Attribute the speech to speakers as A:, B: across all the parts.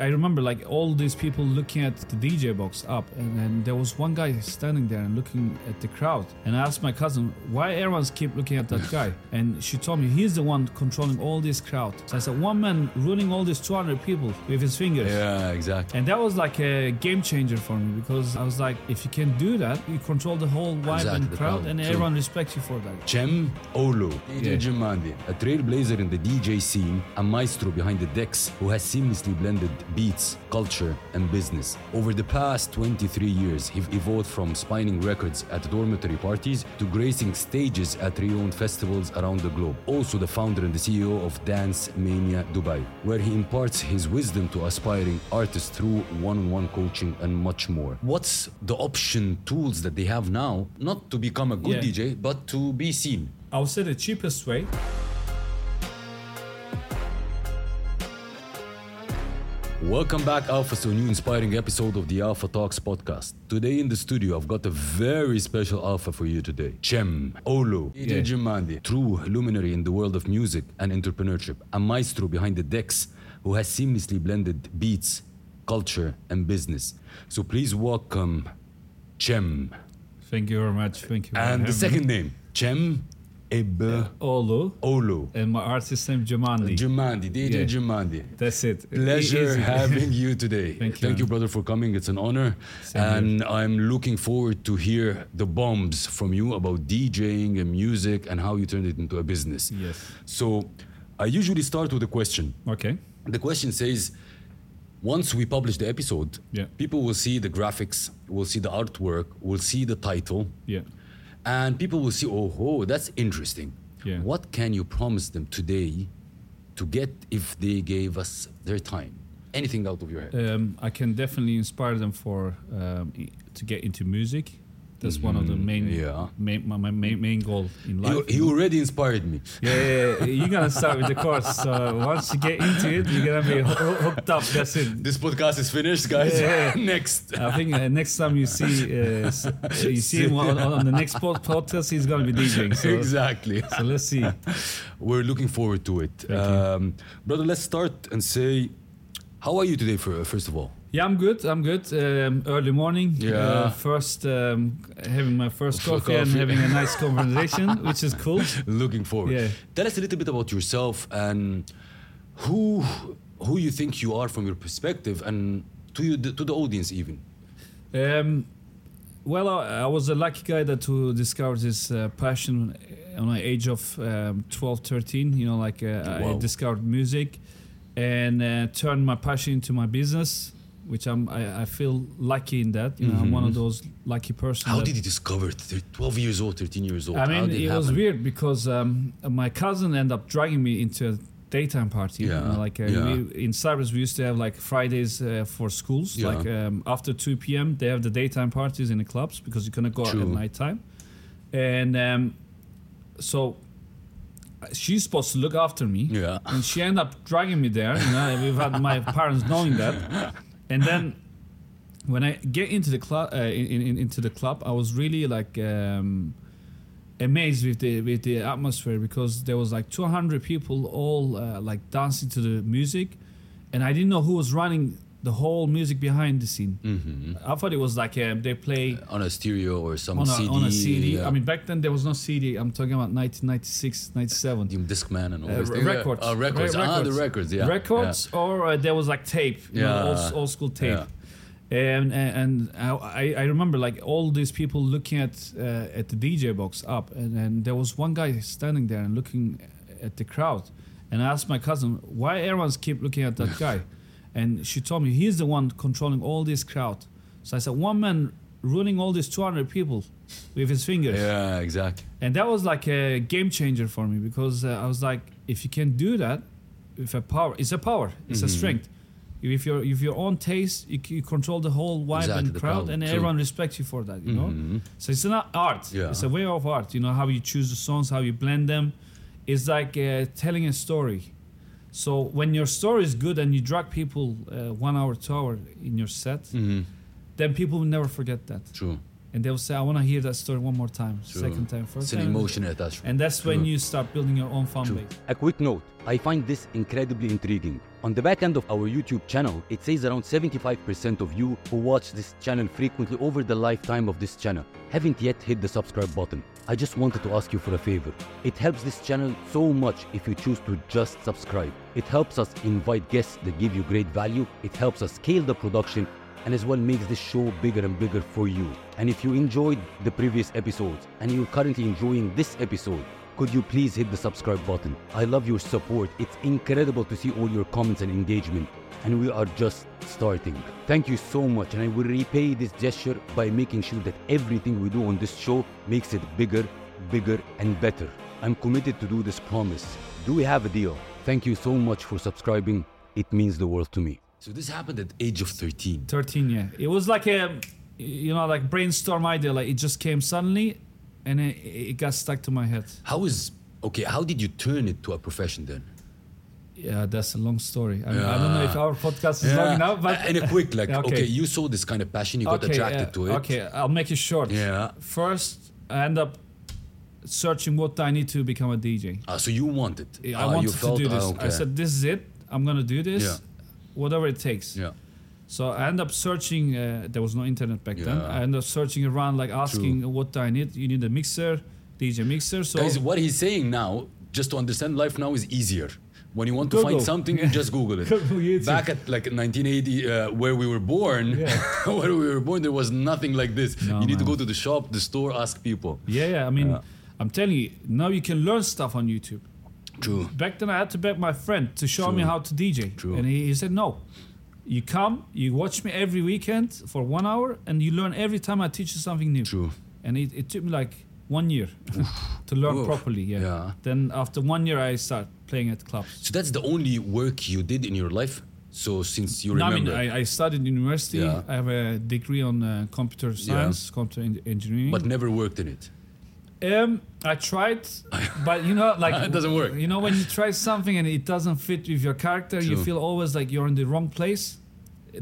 A: I remember like all these people looking at the DJ box up, and then there was one guy standing there and looking at the crowd. And I asked my cousin, why everyone's keep looking at that guy? And she told me he's the one controlling all this crowd. So I said, one man ruining all these 200 people with his fingers.
B: Yeah, exactly.
A: And that was like a game changer for me because I was like, if you can do that, you control the whole vibe
B: Exactly,
A: and
B: the
A: crowd,
B: crowd,
A: and
B: true.
A: everyone respects you for that.
B: Cem Olu, DJ
A: Yeah.
B: Jim Mandy, a trailblazer in the DJ scene, a maestro behind the decks who has seamlessly blended beats, culture, and business. Over the past 23 years, he've evolved from spining records at dormitory parties to gracing stages at renowned festivals around the globe. Also the founder and the CEO of Dance Mania Dubai, where he imparts his wisdom to aspiring artists through one-on-one coaching and much more. What's the option tools that they have now, not to become a good
A: Yeah.
B: DJ, DJ, but to be seen.
A: I would say the cheapest way
B: Welcome back, Alphas, to a new inspiring episode of the Alpha Talks podcast. Today in the studio, I've got a very special Alpha for you today. Cem Olu,
A: Yeah.
B: DJ Jimandi, true luminary in the world of music and entrepreneurship, a maestro behind the decks who has seamlessly blended beats, culture, and business. So please welcome Cem.
A: Thank you very much. Thank you. for
B: And
A: having
B: the second name, Cem Ebe
A: me. Olu
B: Olu.
A: and my artist name Jamandi.
B: Jimandi, DJ
A: Yeah.
B: Jimandi.
A: That's it. E-,
B: Pleasure
A: Easy.
B: having you today.
A: Thank you.
B: brother, for coming. It's an honor.
A: Same here.
B: and I'm looking forward to hear the bombs from you about DJing and music and how you turned it into a business.
A: Yes.
B: So I usually start with a question.
A: Okay.
B: The question says, once we publish the episode,
A: Yeah.
B: people will see the graphics, will see the artwork, will see the title,
A: Yeah.
B: and people will see, oh, oh that's interesting.
A: Yeah.
B: What can you promise them today to get if they gave us their time? Anything out of your head?
A: Um, I can definitely inspire them for um, i- to get into music. That's one of the main,
B: Mm-hmm. yeah.
A: main my, my main, main goal in life.
B: he, he already inspired me.
A: yeah, yeah, yeah. you're gonna start with the course. So once you get into it, you're gonna be ho- hooked up. That's it.
B: This podcast is finished, guys.
A: Yeah.
B: Next.
A: I think uh, next time you see uh, s- you see him on, on the next pod- podcast, he's gonna be DJing. So,
B: exactly.
A: so let's see.
B: We're looking forward to it. Um, brother, let's start and say, how are you today, for, first of all?
A: Yeah, I'm good. I'm good. Um, early morning.
B: Yeah.
A: first, um, having my first coffee, and
B: coffee.
A: having a nice conversation, which is cool.
B: Looking forward.
A: Yeah.
B: Tell us a little bit about yourself and who who you think you are from your perspective and to you to the audience even.
A: Um, well, I, I was a lucky guy that who discovered this uh, passion on the age of um, 12, 13. You know, like uh, I
B: Wow.
A: discovered music and uh, turned my passion into my business, which I'm, I, I feel lucky in that. You know, I'm one of those lucky person.
B: Mm-hmm. How
A: that-
B: did you discover it? They're 12 years old, 13 years old.
A: I
B: How
A: mean,
B: did
A: it was
B: happen?
A: weird because um, my cousin ended up dragging me into a daytime party. you
B: Yeah,
A: know, like uh,
B: yeah.
A: we, in Cyprus, we used to have like Fridays uh, for schools.
B: Yeah.
A: Like um, after 2 p.m., they have the daytime parties in the clubs because you cannot go out
B: True.
A: at nighttime. And um, so she's supposed to look after me.
B: Yeah.
A: And she ended up dragging me there. You know, we've had my parents knowing that. And then when I get into the club, uh, in, in, into the club, I was really like um, amazed with the with the atmosphere because there was like 200 people all uh, like dancing to the music, and I didn't know who was running the whole music behind the scene. I thought it was like uh, they play
B: on a stereo or some
A: on a,
B: CD.
A: on a CD.
B: yeah.
A: I mean, back then there was no CD. I'm talking about 1996, 97.
B: Medium Discman and all
A: Uh,
B: this.
A: re- records.
B: Uh, records.
A: Re-
B: Ah, the records, yeah.
A: Records, or uh, there was like tape, you know, old, s-
B: Yeah.
A: old school tape. And, and and I, I remember like all these people looking at uh, at the DJ box up, and, and there was one guy standing there and looking at the crowd, and I asked my cousin why everyone's keep looking at that guy, and she told me he's the one controlling all this crowd. So I said one man ruining all these 200 people with his fingers.
B: Yeah. yeah, exactly.
A: And that was like a game changer for me because uh, I was like, if you can do that, with a power, it's a power, it's
B: Mm-hmm.
A: a strength. If your if your own taste, you, c- you control the whole vibe
B: Exactly,
A: and
B: the
A: crowd, and
B: crowd, true. Mm-hmm.
A: everyone respects you for that. You know, so it's an art.
B: Yeah.
A: It's a way of art. You know how you choose the songs, how you blend them. It's like uh, telling a story. So when your story is good and you drag people uh, one hour, two hour in your set,
B: Mm-hmm.
A: then people will never forget that,
B: True.
A: and they'll say, "I want to hear that story one more time,
B: True.
A: second time, first
B: It's an
A: time."
B: emotional attachment.
A: And that's when you start building your own fan
B: True.
A: base.
B: A quick note I find this incredibly intriguing. On the back end of our YouTube channel, it says around 75% of you who watch this channel frequently over the lifetime of this channel haven't yet hit the subscribe button. I just wanted to ask you for a favor. It helps this channel so much if you choose to just subscribe. It helps us invite guests that give you great value, it helps us scale the production, and as well makes this show bigger and bigger for you. And if you enjoyed the previous episodes and you're currently enjoying this episode, could you please hit the subscribe button? I love your support. It's incredible to see all your comments and engagement, and we are just starting. Thank you so much, and I will repay this gesture by making sure that everything we do on this show makes it bigger, bigger, and better. I'm committed to do this promise. Do we have a deal? Thank you so much for subscribing. It means the world to me. So this happened at age of 13.
A: 13 yeah it was like a you know like brainstorm idea like it just came suddenly and it, it got stuck to my head
B: How is okay? How did you turn it to a profession then?
A: yeah that's a long story i, mean, I don't know if our podcast is long enough but
B: in a quick like
A: Yeah,
B: okay.
A: okay.
B: you saw this kind of passion, you got attracted
A: yeah,
B: to it.
A: okay i'll make it short
B: Yeah.
A: first i end up searching what i need to become a dj
B: Ah, so you wanted.
A: i
B: Ah, you
A: wanted
B: felt,
A: to do
B: ah,
A: this i
B: okay.
A: said this is it i'm gonna do this
B: Yeah.
A: whatever it takes
B: yeah.
A: So I end up searching. Uh, there was no internet back then.
B: Yeah.
A: I end up searching around, like asking, "What do I need? You need a mixer, DJ mixer." So
B: Guys, what he's saying now, just to understand, life now is easier. When you want to find
A: Google.
B: something, you just Google it.
A: Google YouTube.
B: Back at like 1980, uh, where we were born, where we were born, there was nothing like this.
A: No,
B: you need to
A: man.
B: go to the shop, the store, ask people.
A: yeah, yeah. I mean,
B: Yeah.
A: I'm telling you, now you can learn stuff on YouTube.
B: True.
A: Back then, I had to beg my friend to show me
B: True.
A: how to DJ,
B: True.
A: and he, he said, "No, you come, you watch me every weekend for one hour, and you learn every time I teach you something new."
B: True.
A: And it, it took me like one year to learn
B: Oof.
A: properly. Yeah.
B: Yeah.
A: Then after one year, I start playing at clubs.
B: So that's the only work you did in your life. So since you
A: No, I
B: remember,
A: mean, I, I studied university.
B: Yeah.
A: I have a degree on uh, computer science, computer en- engineering.
B: but never worked in it.
A: um, I tried, but you know, like
B: It doesn't work.
A: You know, when you try something and it doesn't fit with your character, you
B: True.
A: feel always like you're in the wrong place.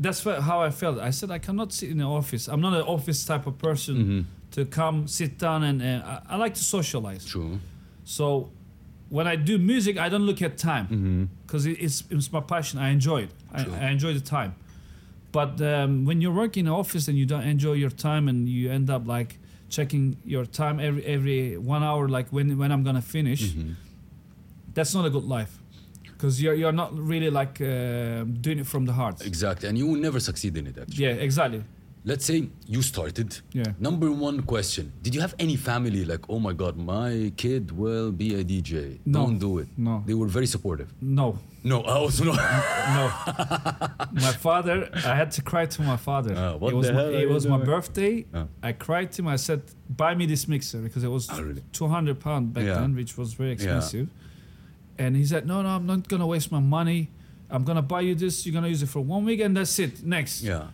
A: That's wha- how I felt. I said I cannot sit in the office. I'm not an office type of person
B: Mm-hmm.
A: to come sit down and uh, I, I like to socialize.
B: True.
A: So when I do music, I don't look at
B: Mm-hmm.
A: time because it's, it's my passion. I enjoy it. I,
B: Sure.
A: I enjoy the time. But um, when you work in an office and you don't enjoy your time and you end up like checking your time every every one hour, like when when I'm gonna finish,
B: Mm-hmm.
A: that's not a good life because you're you're not really like uh, doing it from the heart.
B: Exactly. And you will never succeed in it, actually.
A: yeah, exactly.
B: Let's say you started.
A: Yeah.
B: Number one question Did you have any family like, oh my God, my kid will be a DJ?
A: No.
B: Don't do it.
A: No.
B: They were very supportive.
A: No,
B: No, I also no.
A: No. my father, I had to cry to my father.
B: Ah, what
A: it was,
B: the
A: my,
B: hell are
A: it
B: you
A: was my
B: doing?
A: birthday.
B: Ah.
A: I cried to him. I said, buy me this mixer because it was
B: Ah, really?
A: 200 pounds back
B: Yeah.
A: then, which was very expensive. And he said, no, no, I'm not going to waste my money. I'm going to buy you this. You're going to use it for one week and that's it. Next.
B: yeah.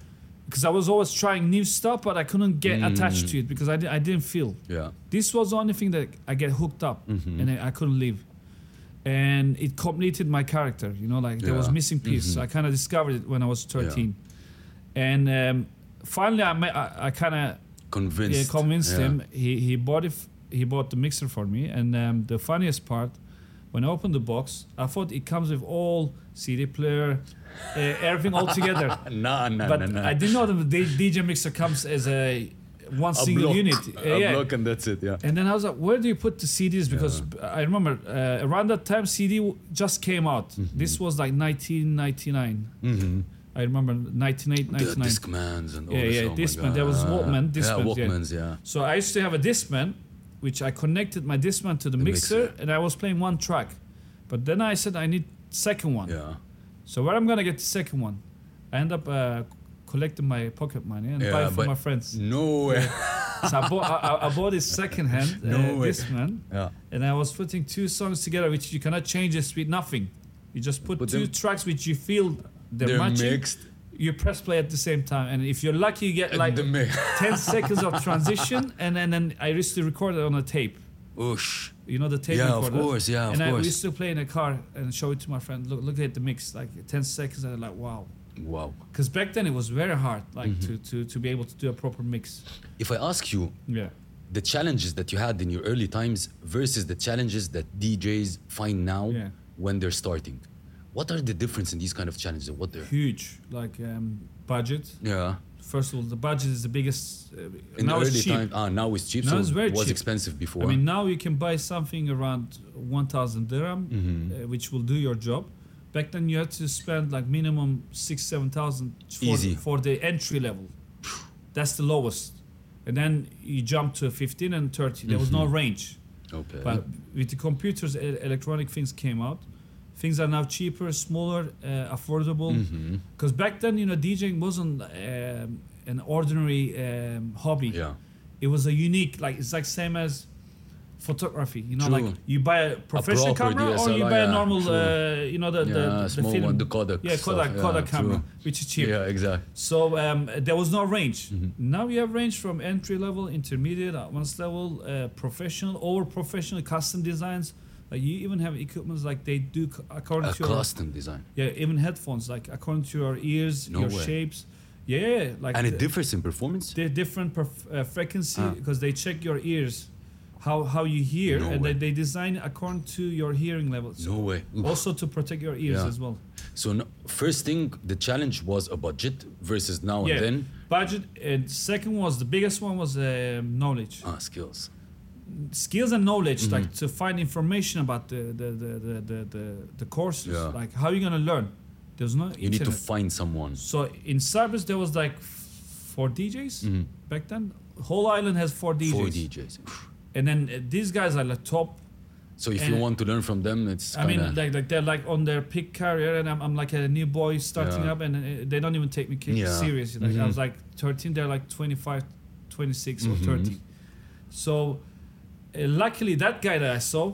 A: Because I was always trying new stuff, but I couldn't get
B: Mm.
A: attached to it because I, di- I didn't feel
B: Yeah.
A: this was the only thing that I get hooked up
B: Mm-hmm.
A: and I, I couldn't leave. And it completed my character, you know, like there was
B: Yeah. Mm-hmm.
A: missing piece. I kind of discovered it when I was 13. And um, finally, I, ma- I, I kind of
B: Convinced.
A: convinced
B: Yeah.
A: him. He, he, bought it f- he bought the mixer for me. And um, the funniest part, when I opened the box, I thought it comes with all CD player, uh, everything all together.
B: Nah, nah,
A: But
B: nah, nah.
A: I didn't know that the DJ mixer comes as a one
B: a
A: single
B: block.
A: unit. Uh,
B: A
A: yeah.
B: block and that's it, yeah.
A: And then I was like, where do you put the CDs? Because I remember uh, around that time, CD w- just came out.
B: Mm-hmm.
A: This was like 1999. I remember 1998,
B: The
A: 99.
B: Discmans and all
A: Yeah,
B: this.
A: yeah,
B: oh my
A: Discman.
B: God.
A: There was
B: Ah.
A: Walkman,
B: Yeah,
A: Discmans, yeah.
B: Walkmans, yeah.
A: So I used to have a Discman, which I connected my Discman to the, mixer,
B: mixer.
A: and I was playing one track. But then I said, I need second one.
B: Yeah.
A: So where I'm going to get the second one? I end up uh, collecting my pocket money and buy
B: Yeah,
A: it for
B: but-
A: my friends.
B: No way.
A: so I bought, I, I- I bought this secondhand uh,
B: No way.
A: Discman.
B: yeah.
A: And I was putting two songs together, which you cannot change this with nothing. You just put,
B: Put
A: two
B: them-
A: tracks which you feel they're,
B: They're
A: matching.
B: mixed.
A: You press play at the same time, and if you're lucky, you get like
B: the mix.
A: 10 seconds of transition, and then, then I used to record it on a tape.
B: Oosh.
A: You know the tape
B: Yeah, of
A: recorder.
B: course, yeah, of
A: and I
B: course.
A: used to play in a car and show it to my friend. Look, look at the mix, like 10 seconds, and I'm like, wow.
B: Wow.
A: Because back then it was very hard, like to,
B: Mm-hmm.
A: to to be able to do a proper mix.
B: If I ask you,
A: Yeah.
B: the challenges that you had in your early times versus the challenges that DJs find now
A: Yeah.
B: when they're starting. What are the difference in these kind of challenges and what they're?
A: Huge, like um, budget.
B: Yeah.
A: First of all, the budget is the biggest. Uh,
B: In
A: now
B: the
A: it's
B: early
A: cheap.
B: time, ah, now it's cheap.
A: Now
B: so
A: it's very
B: it was
A: cheap.
B: expensive before.
A: I mean, now you can buy something around 1,000 dirham,
B: Mm-hmm.
A: uh, which will do your job. Back then, you had to spend like minimum six, seven thousand for,
B: Easy.
A: for the entry level. That's the lowest, and then you jump to 15 and 30. There was no
B: Mm-hmm.
A: range.
B: okay.
A: But with the computers, e- electronic things came out. Things are now cheaper, smaller, uh, affordable.
B: Mm-hmm.
A: Because back then, you know, DJing wasn't um, an ordinary um, hobby.
B: Yeah.
A: It was a unique, like it's like same as photography. You know,
B: True.
A: like you buy a professional
B: proper
A: camera or you
B: DSLR,
A: buy a
B: yeah,
A: normal,
B: true.
A: uh, you know, the, the,
B: Yeah,
A: the
B: small
A: film.
B: one, the Kodak
A: Yeah,
B: stuff,
A: Kodak,
B: yeah,
A: Kodak
B: true.
A: camera, which is cheap.
B: yeah, Mm-hmm. exactly.
A: So um, there was no range. Now you have range from entry level, intermediate, advanced level, uh, professional, over professional, custom designs. Like you even have equipments like they do c- according
B: A
A: to your,
B: custom design.
A: yeah, even headphones like according to your ears,
B: No
A: your
B: way.
A: shapes. Yeah, like uh,
B: And it
A: the-
B: differs in performance?
A: they're different perf- uh, frequency
B: Ah.
A: because they check your ears, how how you hear,
B: No
A: and
B: way.
A: they, they design according to your hearing levels.
B: No way. Oof.
A: Also to protect your ears
B: Yeah. Oh,
A: as well.
B: So no, first thing, the challenge was a budget versus now
A: yeah.
B: and then
A: Budget and second was the biggest one was um knowledge.
B: ah, Mm-hmm. skills.
A: skills and knowledge like to find information about the the the the the, the, the courses
B: Yeah.
A: like how you gonna learn there's no
B: You need to
A: internet.
B: find someone.
A: so in Cyprus there was like f- four DJs back then whole island has four DJs
B: Mm-hmm. Four DJs.
A: and then uh, these guys are like top
B: So if you
A: And-
B: want to learn from them, it's
A: I
B: kind
A: mean
B: of
A: like like they're like on their peak career and I'm, I'm like a new boy starting
B: Yeah.
A: up and uh, they don't even take me ki-
B: Yeah. Mm-hmm.
A: seriously like I was like 13 they're like 25 26 or 30 so uh, luckily that guy that I saw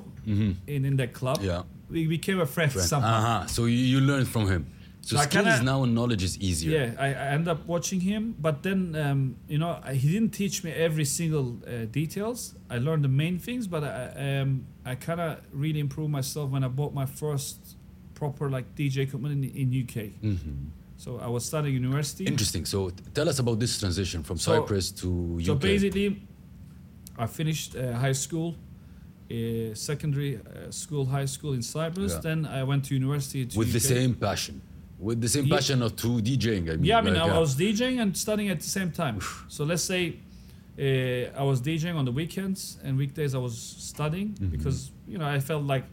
A: in in that club
B: Mm-hmm. yeah.
A: we became a friend, somehow.
B: Uh-huh. So you, you learn from him. So
A: Like,
B: skills
A: kinda-
B: now and knowledge is easier.
A: Yeah, I, I end up watching him, but then um, you know I- he didn't teach me every single uh, details. I learned the main things, but I um, I kind of really improved myself when I bought my first proper like DJ equipment in, in UK. So I was studying university.
B: Mm-hmm. Interesting. So t- tell us about this transition from
A: So-
B: Cyprus to UK.
A: So basically, I finished uh, high school, uh, secondary uh, school, high school in Cyprus.
B: Yeah.
A: Then I went to university to
B: with the
A: UK.
B: same passion, with the same
A: Ye-
B: passion of to DJing. I mean,
A: Yeah, I mean,
B: like,
A: I,
B: uh,
A: was DJing and studying at the same time. so let's say uh, I was DJing on the weekends and weekdays I was studying
B: Mm-hmm.
A: because you know I felt like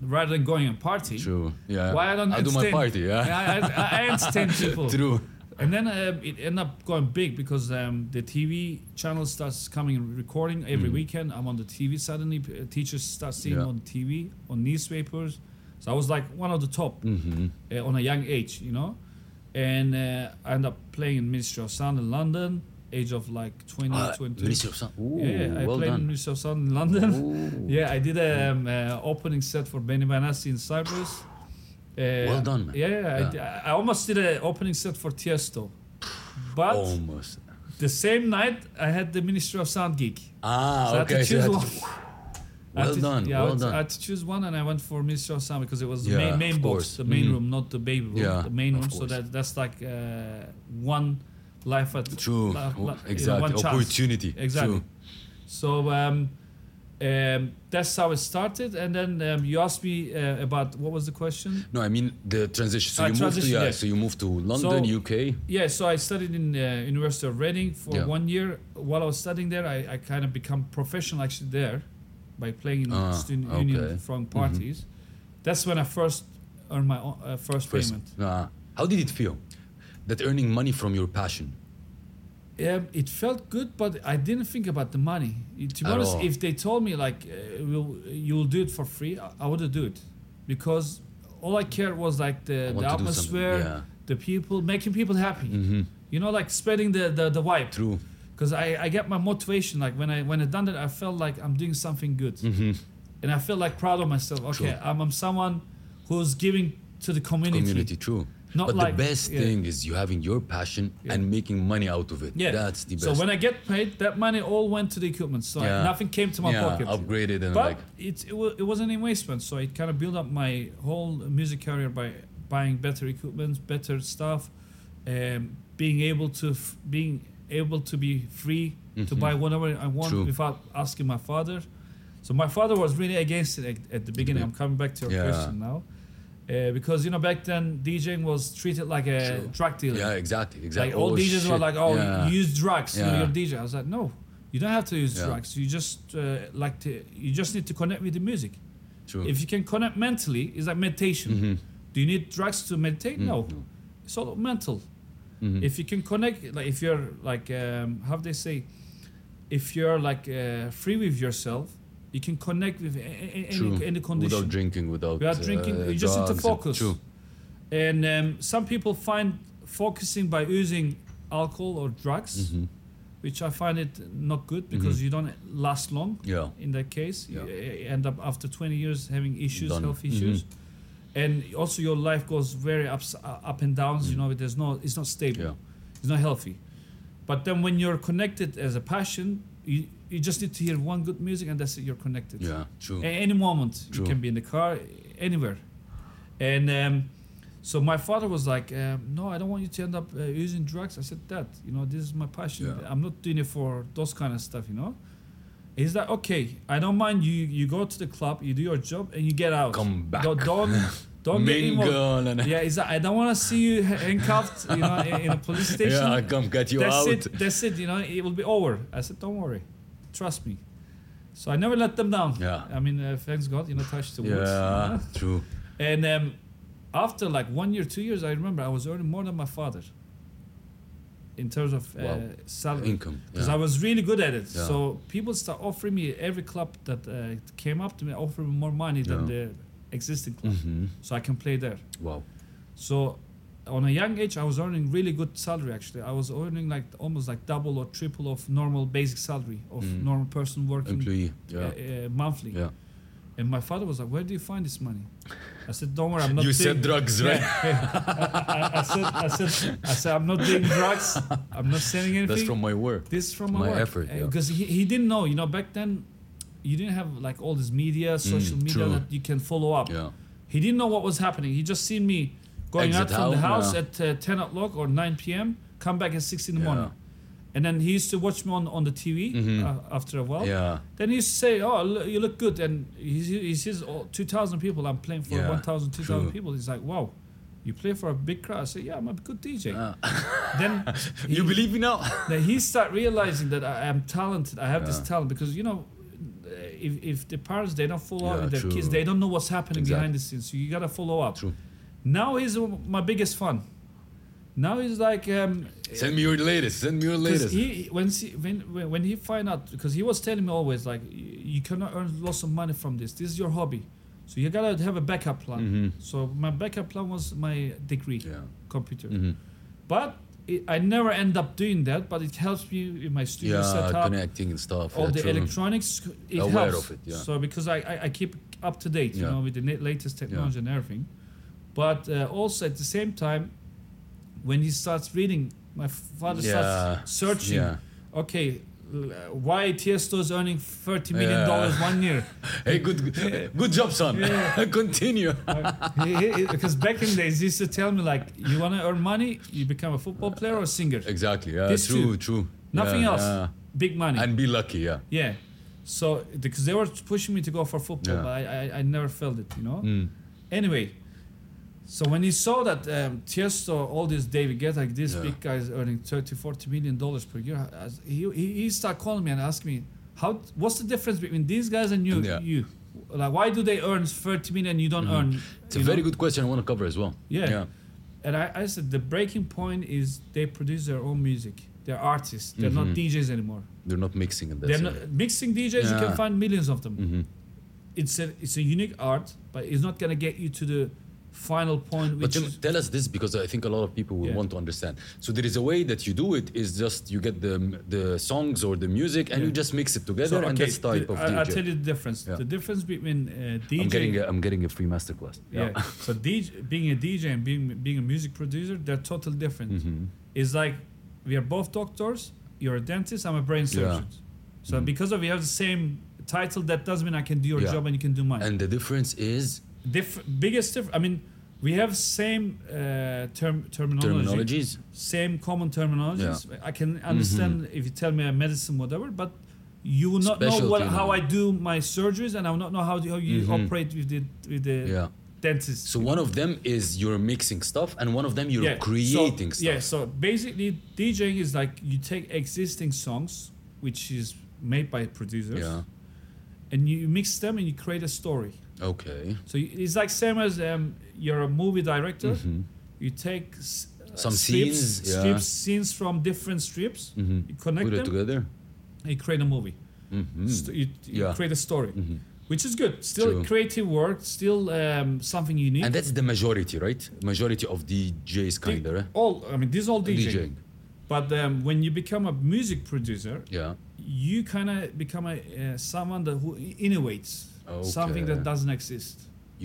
A: rather than going and party,
B: true. Yeah.
A: why I don't
B: I do my
A: entertain-
B: party. Yeah.
A: I, I, I entertain people.
B: True.
A: And then um, it ended up going big because um, the TV channel starts coming and recording every weekend. I'm on the TV suddenly. p- uh, Teachers start seeing me
B: Mm. Yeah.
A: on TV, on newspapers. So I was like one of the top
B: Mm-hmm.
A: uh, on a young age, you know. And uh, I ended up playing in Ministry of Sound in London, age of like 20,
B: Uh,
A: 22.
B: Ministry of Sound. Ooh,
A: yeah, I
B: well
A: played in
B: done.
A: Ministry of Sound in London.
B: Ooh.
A: yeah, I did an um, uh, opening set for Benny Benassi in Cyprus. Uh,
B: Well done, man.
A: Yeah, yeah,
B: Yeah.
A: I, di- I almost did an opening set for Tiesto. But
B: Almost.
A: the same night, I had the Ministry of Sound gig.
B: Ah,
A: So I had
B: okay.
A: to
B: so you
A: choose
B: had
A: one. I had
B: Well
A: to-
B: done,
A: Yeah, I
B: well
A: had to-
B: done.
A: I had to choose one, and I went for Ministry of Sound because it was the
B: Yeah,
A: main, main
B: of
A: box,
B: course.
A: the main
B: Mhm.
A: room, not the baby room,
B: Yeah,
A: the main
B: of
A: room. So
B: course.
A: that that's like uh, one life at
B: True.
A: li- li- you know,
B: exactly.
A: one chance.
B: Opportunity.
A: Exactly.
B: True.
A: So um, um, that's how it started, and then um, you asked me uh, about what was the question?
B: No, I mean the transition. So
A: Ah,
B: you moved to
A: transition,
B: yeah,
A: yeah.
B: So you moved to London, UK.
A: Yeah, so I studied in uh, University of Reading for
B: Yeah.
A: one year. While I was studying there, I, I kind of become professional actually there by playing in
B: Ah,
A: student
B: okay. Mm-hmm.
A: union from parties. That's when I first earned my o- uh, first,
B: First,
A: payment.
B: uh, how did it feel? That earning money from your passion.
A: Um, it felt good, but I didn't think about the money. Y- To be
B: At
A: honest,
B: all.
A: if they told me like uh, we'll, you'll do it for free, I, I would do it because all I cared was like the, the
B: want to do something,
A: atmosphere,
B: yeah. Mm-hmm.
A: the people, making people happy. You know, like spreading the the, the vibe.
B: True.
A: because I, I get my motivation like when I when I done that I felt like I'm doing something good
B: Mm-hmm.
A: and I feel like proud of myself okay
B: Sure.
A: I'm, I'm someone who's giving to the community,
B: Community. True.
A: Not
B: but
A: like-
B: the best
A: yeah.
B: thing is you having your passion and making money out of it.
A: yeah
B: That's the best.
A: so when I get paid that money all went to the equipment so I-
B: Yeah.
A: nothing came to my
B: yeah,
A: pocket
B: upgraded and
A: but
B: like
A: it, it, was, it was an investment so it kind of built up my whole music career by buying better equipment better stuff um, being able to f- being able to be free to buy whatever i want
B: Mm-hmm. True.
A: without asking my father so my father was really against it at, at the beginning i'm coming back to your
B: Yeah.
A: question now Uh, because you know back then DJing was treated like a drug dealer.
B: Yeah, exactly, exactly.
A: Like all
B: Oh,
A: DJs were
B: shit.
A: like, "Oh,
B: Yeah.
A: you use drugs. You
B: Yeah.
A: know, you're a DJ." I was like, "No, you don't have to use
B: Yeah.
A: drugs. You just uh, like to. You just need to connect with the music.
B: True.
A: If you can connect mentally, it's like meditation.
B: Mm-hmm.
A: Do you need drugs to meditate? No, it's all mental.
B: Mm-hmm.
A: If you can connect, like if you're like um, how they say, if you're like uh, free with yourself, you can connect with a- a- a-
B: True.
A: any, any condition.
B: Without drinking, without
A: Without drinking,
B: uh,
A: you just need to
B: drugs.
A: focus.
B: True.
A: And um, some people find focusing by using alcohol or drugs,
B: Mm-hmm.
A: which I find it not good because you don't last long.
B: Yeah.
A: In that case, you
B: Mm-hmm. Yeah.
A: e- end up after 20 years having issues,
B: Done. Mm-hmm.
A: health issues, and also your life goes very ups, uh, up and downs. You know, there's no, it's not stable,
B: Mm. Yeah.
A: it's not healthy. But then when you're connected as a passion, you, you just need to hear one good music and that's it. You're connected.
B: Yeah. True.
A: A- any moment
B: True.
A: you can be in the car anywhere and um, so my father was like um, no i don't want you to end up uh, using drugs i said dad you know this is my passion
B: Yeah.
A: i'm not doing it for those kind of stuff you know he's like okay i don't mind you you go to the club you do your job and you get out
B: Come back.
A: don't don't, don't get involved
B: Mingle and
A: yeah he's like i don't want to see you handcuffed you know in, in a police station
B: yeah, I come get you
A: that's
B: out.
A: it that's it you know it will be over i said don't worry trust me so i never let them down
B: Yeah.
A: i mean uh, thanks god you know touch the woods you
B: Yeah.
A: know?
B: True.
A: and um, after like one year two years i remember i was earning more than my father in terms of uh,
B: Wow.
A: salary
B: Income.
A: because
B: yeah.
A: i was really good at it
B: Yeah.
A: so people start offering me every club that uh, came up to me offering me more money than
B: Yeah.
A: the existing club
B: Mhm.
A: so i can play there
B: Wow.
A: so on a young age, I was earning really good salary. Actually, I was earning like almost like double or triple of normal basic salary of
B: Mm.
A: normal person working
B: Employee.
A: uh,
B: Yeah.
A: uh, monthly.
B: Yeah.
A: And my father was like, "Where do you find this money?" I said, "Don't worry, I'm not."
B: You said
A: doing-
B: drugs, right?
A: I, I said, "I said, I said, I'm not doing drugs. I'm not selling anything.
B: That's from my work.
A: this is from my,
B: my
A: work."
B: effort, yeah.
A: Because he, he didn't know, you know, back then, you didn't have like all this media, social media
B: Mm, true.
A: that you can follow up.
B: Yeah.
A: He didn't know what was happening. He just seen me going
B: Exit
A: out from the
B: house,
A: house
B: yeah.
A: at uh, 10 o'clock or 9 p.m., come back at 6 in the morning. And then he used to watch me on, on the TV uh, after a while.
B: Mm-hmm. Yeah.
A: Then he used to say, Oh, lo- you look good. And he, he he sees oh, 2,000 people. I'm playing for
B: Yeah,
A: 1,000, 2,000
B: true.
A: people. He's like, Wow, you play for a big crowd. I say, Yeah, I'm a good DJ.
B: Ah.
A: then he,
B: You believe me now?
A: then he start realizing that I am talented. I have this
B: Yeah.
A: talent because you know, if, if the parents they don't follow up
B: Yeah,
A: with their
B: true.
A: kids, they don't know what's happening
B: Exactly.
A: behind the scenes. So you gotta follow up.
B: True.
A: Now is my biggest fun. Now he's like um,
B: Send me your latest. Send me your
A: 'cause
B: latest.
A: he when he- when when- when he find out because he was telling me always like "Y- you cannot earn lots of money from this. This is your hobby, so you gotta have a backup plan.
B: Mm-hmm.
A: So my backup plan was my degree,
B: Yeah.
A: computer,
B: Mm-hmm.
A: but. It, I never end up doing that, but it helps me in my studio
B: Yeah,
A: setup
B: connecting and stuff.
A: all
B: yeah,
A: the
B: true.
A: electronics it
B: Aware
A: helps.
B: of it, yeah.
A: so because I, I, I keep up to date you
B: Yeah.
A: know with the na- latest technology and everything but uh, also at the same time when he starts reading my father
B: Yeah,
A: starts searching
B: yeah.
A: okay l- uh, why Tiesto is earning 30 million dollars
B: Yeah.
A: one year
B: Hey, good, good job, son. Continue.
A: Uh, he- he- because back in the days he used to tell me like you want to earn money you become a football player or a singer
B: Exactly. Yeah.
A: This too.
B: true. True.
A: nothing
B: Yeah,
A: else
B: yeah.
A: big money
B: And be lucky. Yeah.
A: Yeah. So because they were pushing me to go for football,
B: Yeah.
A: but I, I I never felt it, you know. Anyway, so when he saw that um, Tiesto, all these David Guetta, like these
B: Yeah.
A: big guys earning 30, 40 million dollars per year, as- he, he he started calling me and asked me how what's the difference between these guys and you
B: Yeah. Mm-hmm.
A: you like why do they earn 30 million and you don't earn?
B: It's a very good question. I want to cover as well.
A: Yeah.
B: Yeah.
A: And I, I said the breaking point is they produce their own music. They're artists. They're not
B: Mm-hmm.
A: DJs anymore.
B: They're not mixing in
A: They're
B: this.
A: not, mixing DJs, you
B: Yeah. Mm-hmm.
A: can find millions of them. It's a it's a unique art, but it's not gonna get you to the final point,
B: But
A: which
B: Jim,
A: is
B: tell us this because I think a lot of people will
A: Yeah.
B: want to understand. So there is a way that you do it is just you get the the songs or the music and you just mix it together and
A: okay,
B: that's type
A: the-
B: of
A: I,
B: DJ.
A: will tell you the difference.
B: Yeah.
A: The difference between uh, DJ,
B: I'm getting a, I'm getting a free masterclass.
A: yeah. so DJ, being a DJ and being being a music producer, they're totally different.
B: Mm-hmm.
A: It's like we are both doctors. You're a dentist. I'm a brain surgeon. So because of we have the same title, that doesn't mean I can do your
B: Mm-hmm. Yeah.
A: job and you can do mine.
B: And the difference is
A: Diff- biggest difference. I mean, we have same uh, term terminology.
B: terminologies.
A: same common terminologies. I can understand if you tell me a medicine, whatever, but you will not know
B: Mm-hmm. Specialty
A: what,
B: now. Mm-hmm.
A: how I do my surgeries, and I will not know how, do- how you operate with the with the
B: Yeah.
A: dentist.
B: So one of them is you're mixing stuff, and one of them you're
A: so-
B: creating stuff.
A: Yeah, so basically DJing is like you take existing songs, which is made by producers,
B: Yeah.
A: and you mix them and you create a story.
B: Okay.
A: So you- it's like same as um, you're a movie director. You take s- uh,
B: Mm-hmm. Some
A: strips,
B: scenes, yeah. Mm-hmm.
A: strips, scenes from different strips. You connect
B: Put it
A: them.
B: together. Mm-hmm.
A: and you create a movie. St- you you
B: Mm. Yeah. Mm-hmm.
A: create a story, which is good. Still
B: True.
A: creative work. Still um, something unique.
B: And that's the majority, right? Majority of DJs,
A: Thi-
B: kind of.
A: all I mean, this is all DJing.
B: DJing.
A: But um, when you become a music producer,
B: Yeah.
A: you kind of become a uh, someone that who innovates something
B: Okay.
A: that doesn't exist.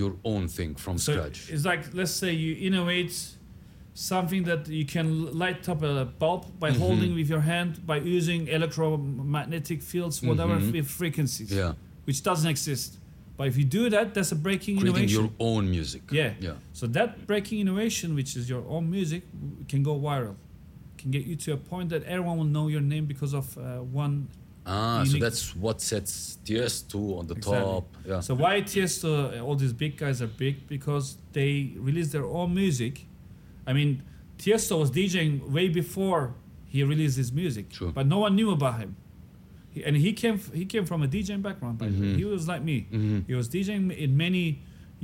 B: Your own thing from
A: So
B: scratch.
A: it's like let's say you innovate something that you can l- light up a bulb by
B: Mm-hmm.
A: holding with your hand by using electromagnetic fields, whatever
B: Mhm.
A: with frequencies,
B: Yeah.
A: which doesn't exist. But if you do that, that's a breaking
B: Creating
A: innovation.
B: your own music.
A: Yeah.
B: Yeah.
A: So that breaking innovation, which is your own music, w- can go viral, can get you to a point that everyone will know your name because of uh, one.
B: Ah, so
A: Unique.
B: that's what sets TS2 on the
A: Exactly.
B: top. Yeah.
A: So why Tiesto, uh, all these big guys are big because they release their own music. I mean, Tiesto was DJing way before he released his music,
B: True.
A: but no one knew about him. He, and he came f- he came from a DJing background. By
B: Mm-hmm.
A: the way. He was like me. He was DJing in many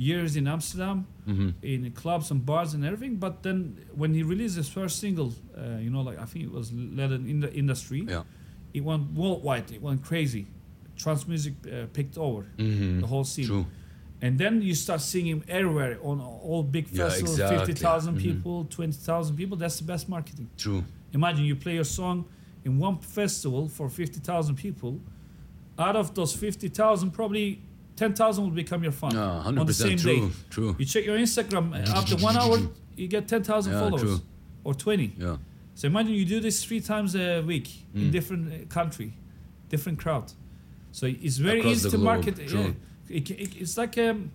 A: years in Amsterdam,
B: Mm-hmm.
A: in clubs and bars and everything. But then when he released his first single, uh, you know, like I think it was Let It in the Industry.
B: Yeah.
A: It went worldwide. It went crazy. Trance music uh, picked over
B: Mm-hmm.
A: the whole scene.
B: Mm, True.
A: And then you start seeing him everywhere on all big
B: Yeah,
A: festivals,
B: exactly. Mm.
A: 50,000 people, 20,000 people. That's the best marketing.
B: True.
A: Imagine you play your song in one festival for 50,000 people. Out of those 50,000, probably 10,000 will become your fan.
B: Ah,
A: on the
B: 100%
A: same
B: true.
A: day.
B: True.
A: You check your Instagram, uh, after one hour, you get 10,000
B: Yeah,
A: followers
B: true.
A: or 20.
B: Yeah.
A: So imagine you do this three times a week
B: Hmm.
A: in different uh, country, different crowd. So it's very
B: Across
A: easy
B: the
A: to
B: globe,
A: market. uh,
B: true.
A: it ca- it- it's like um,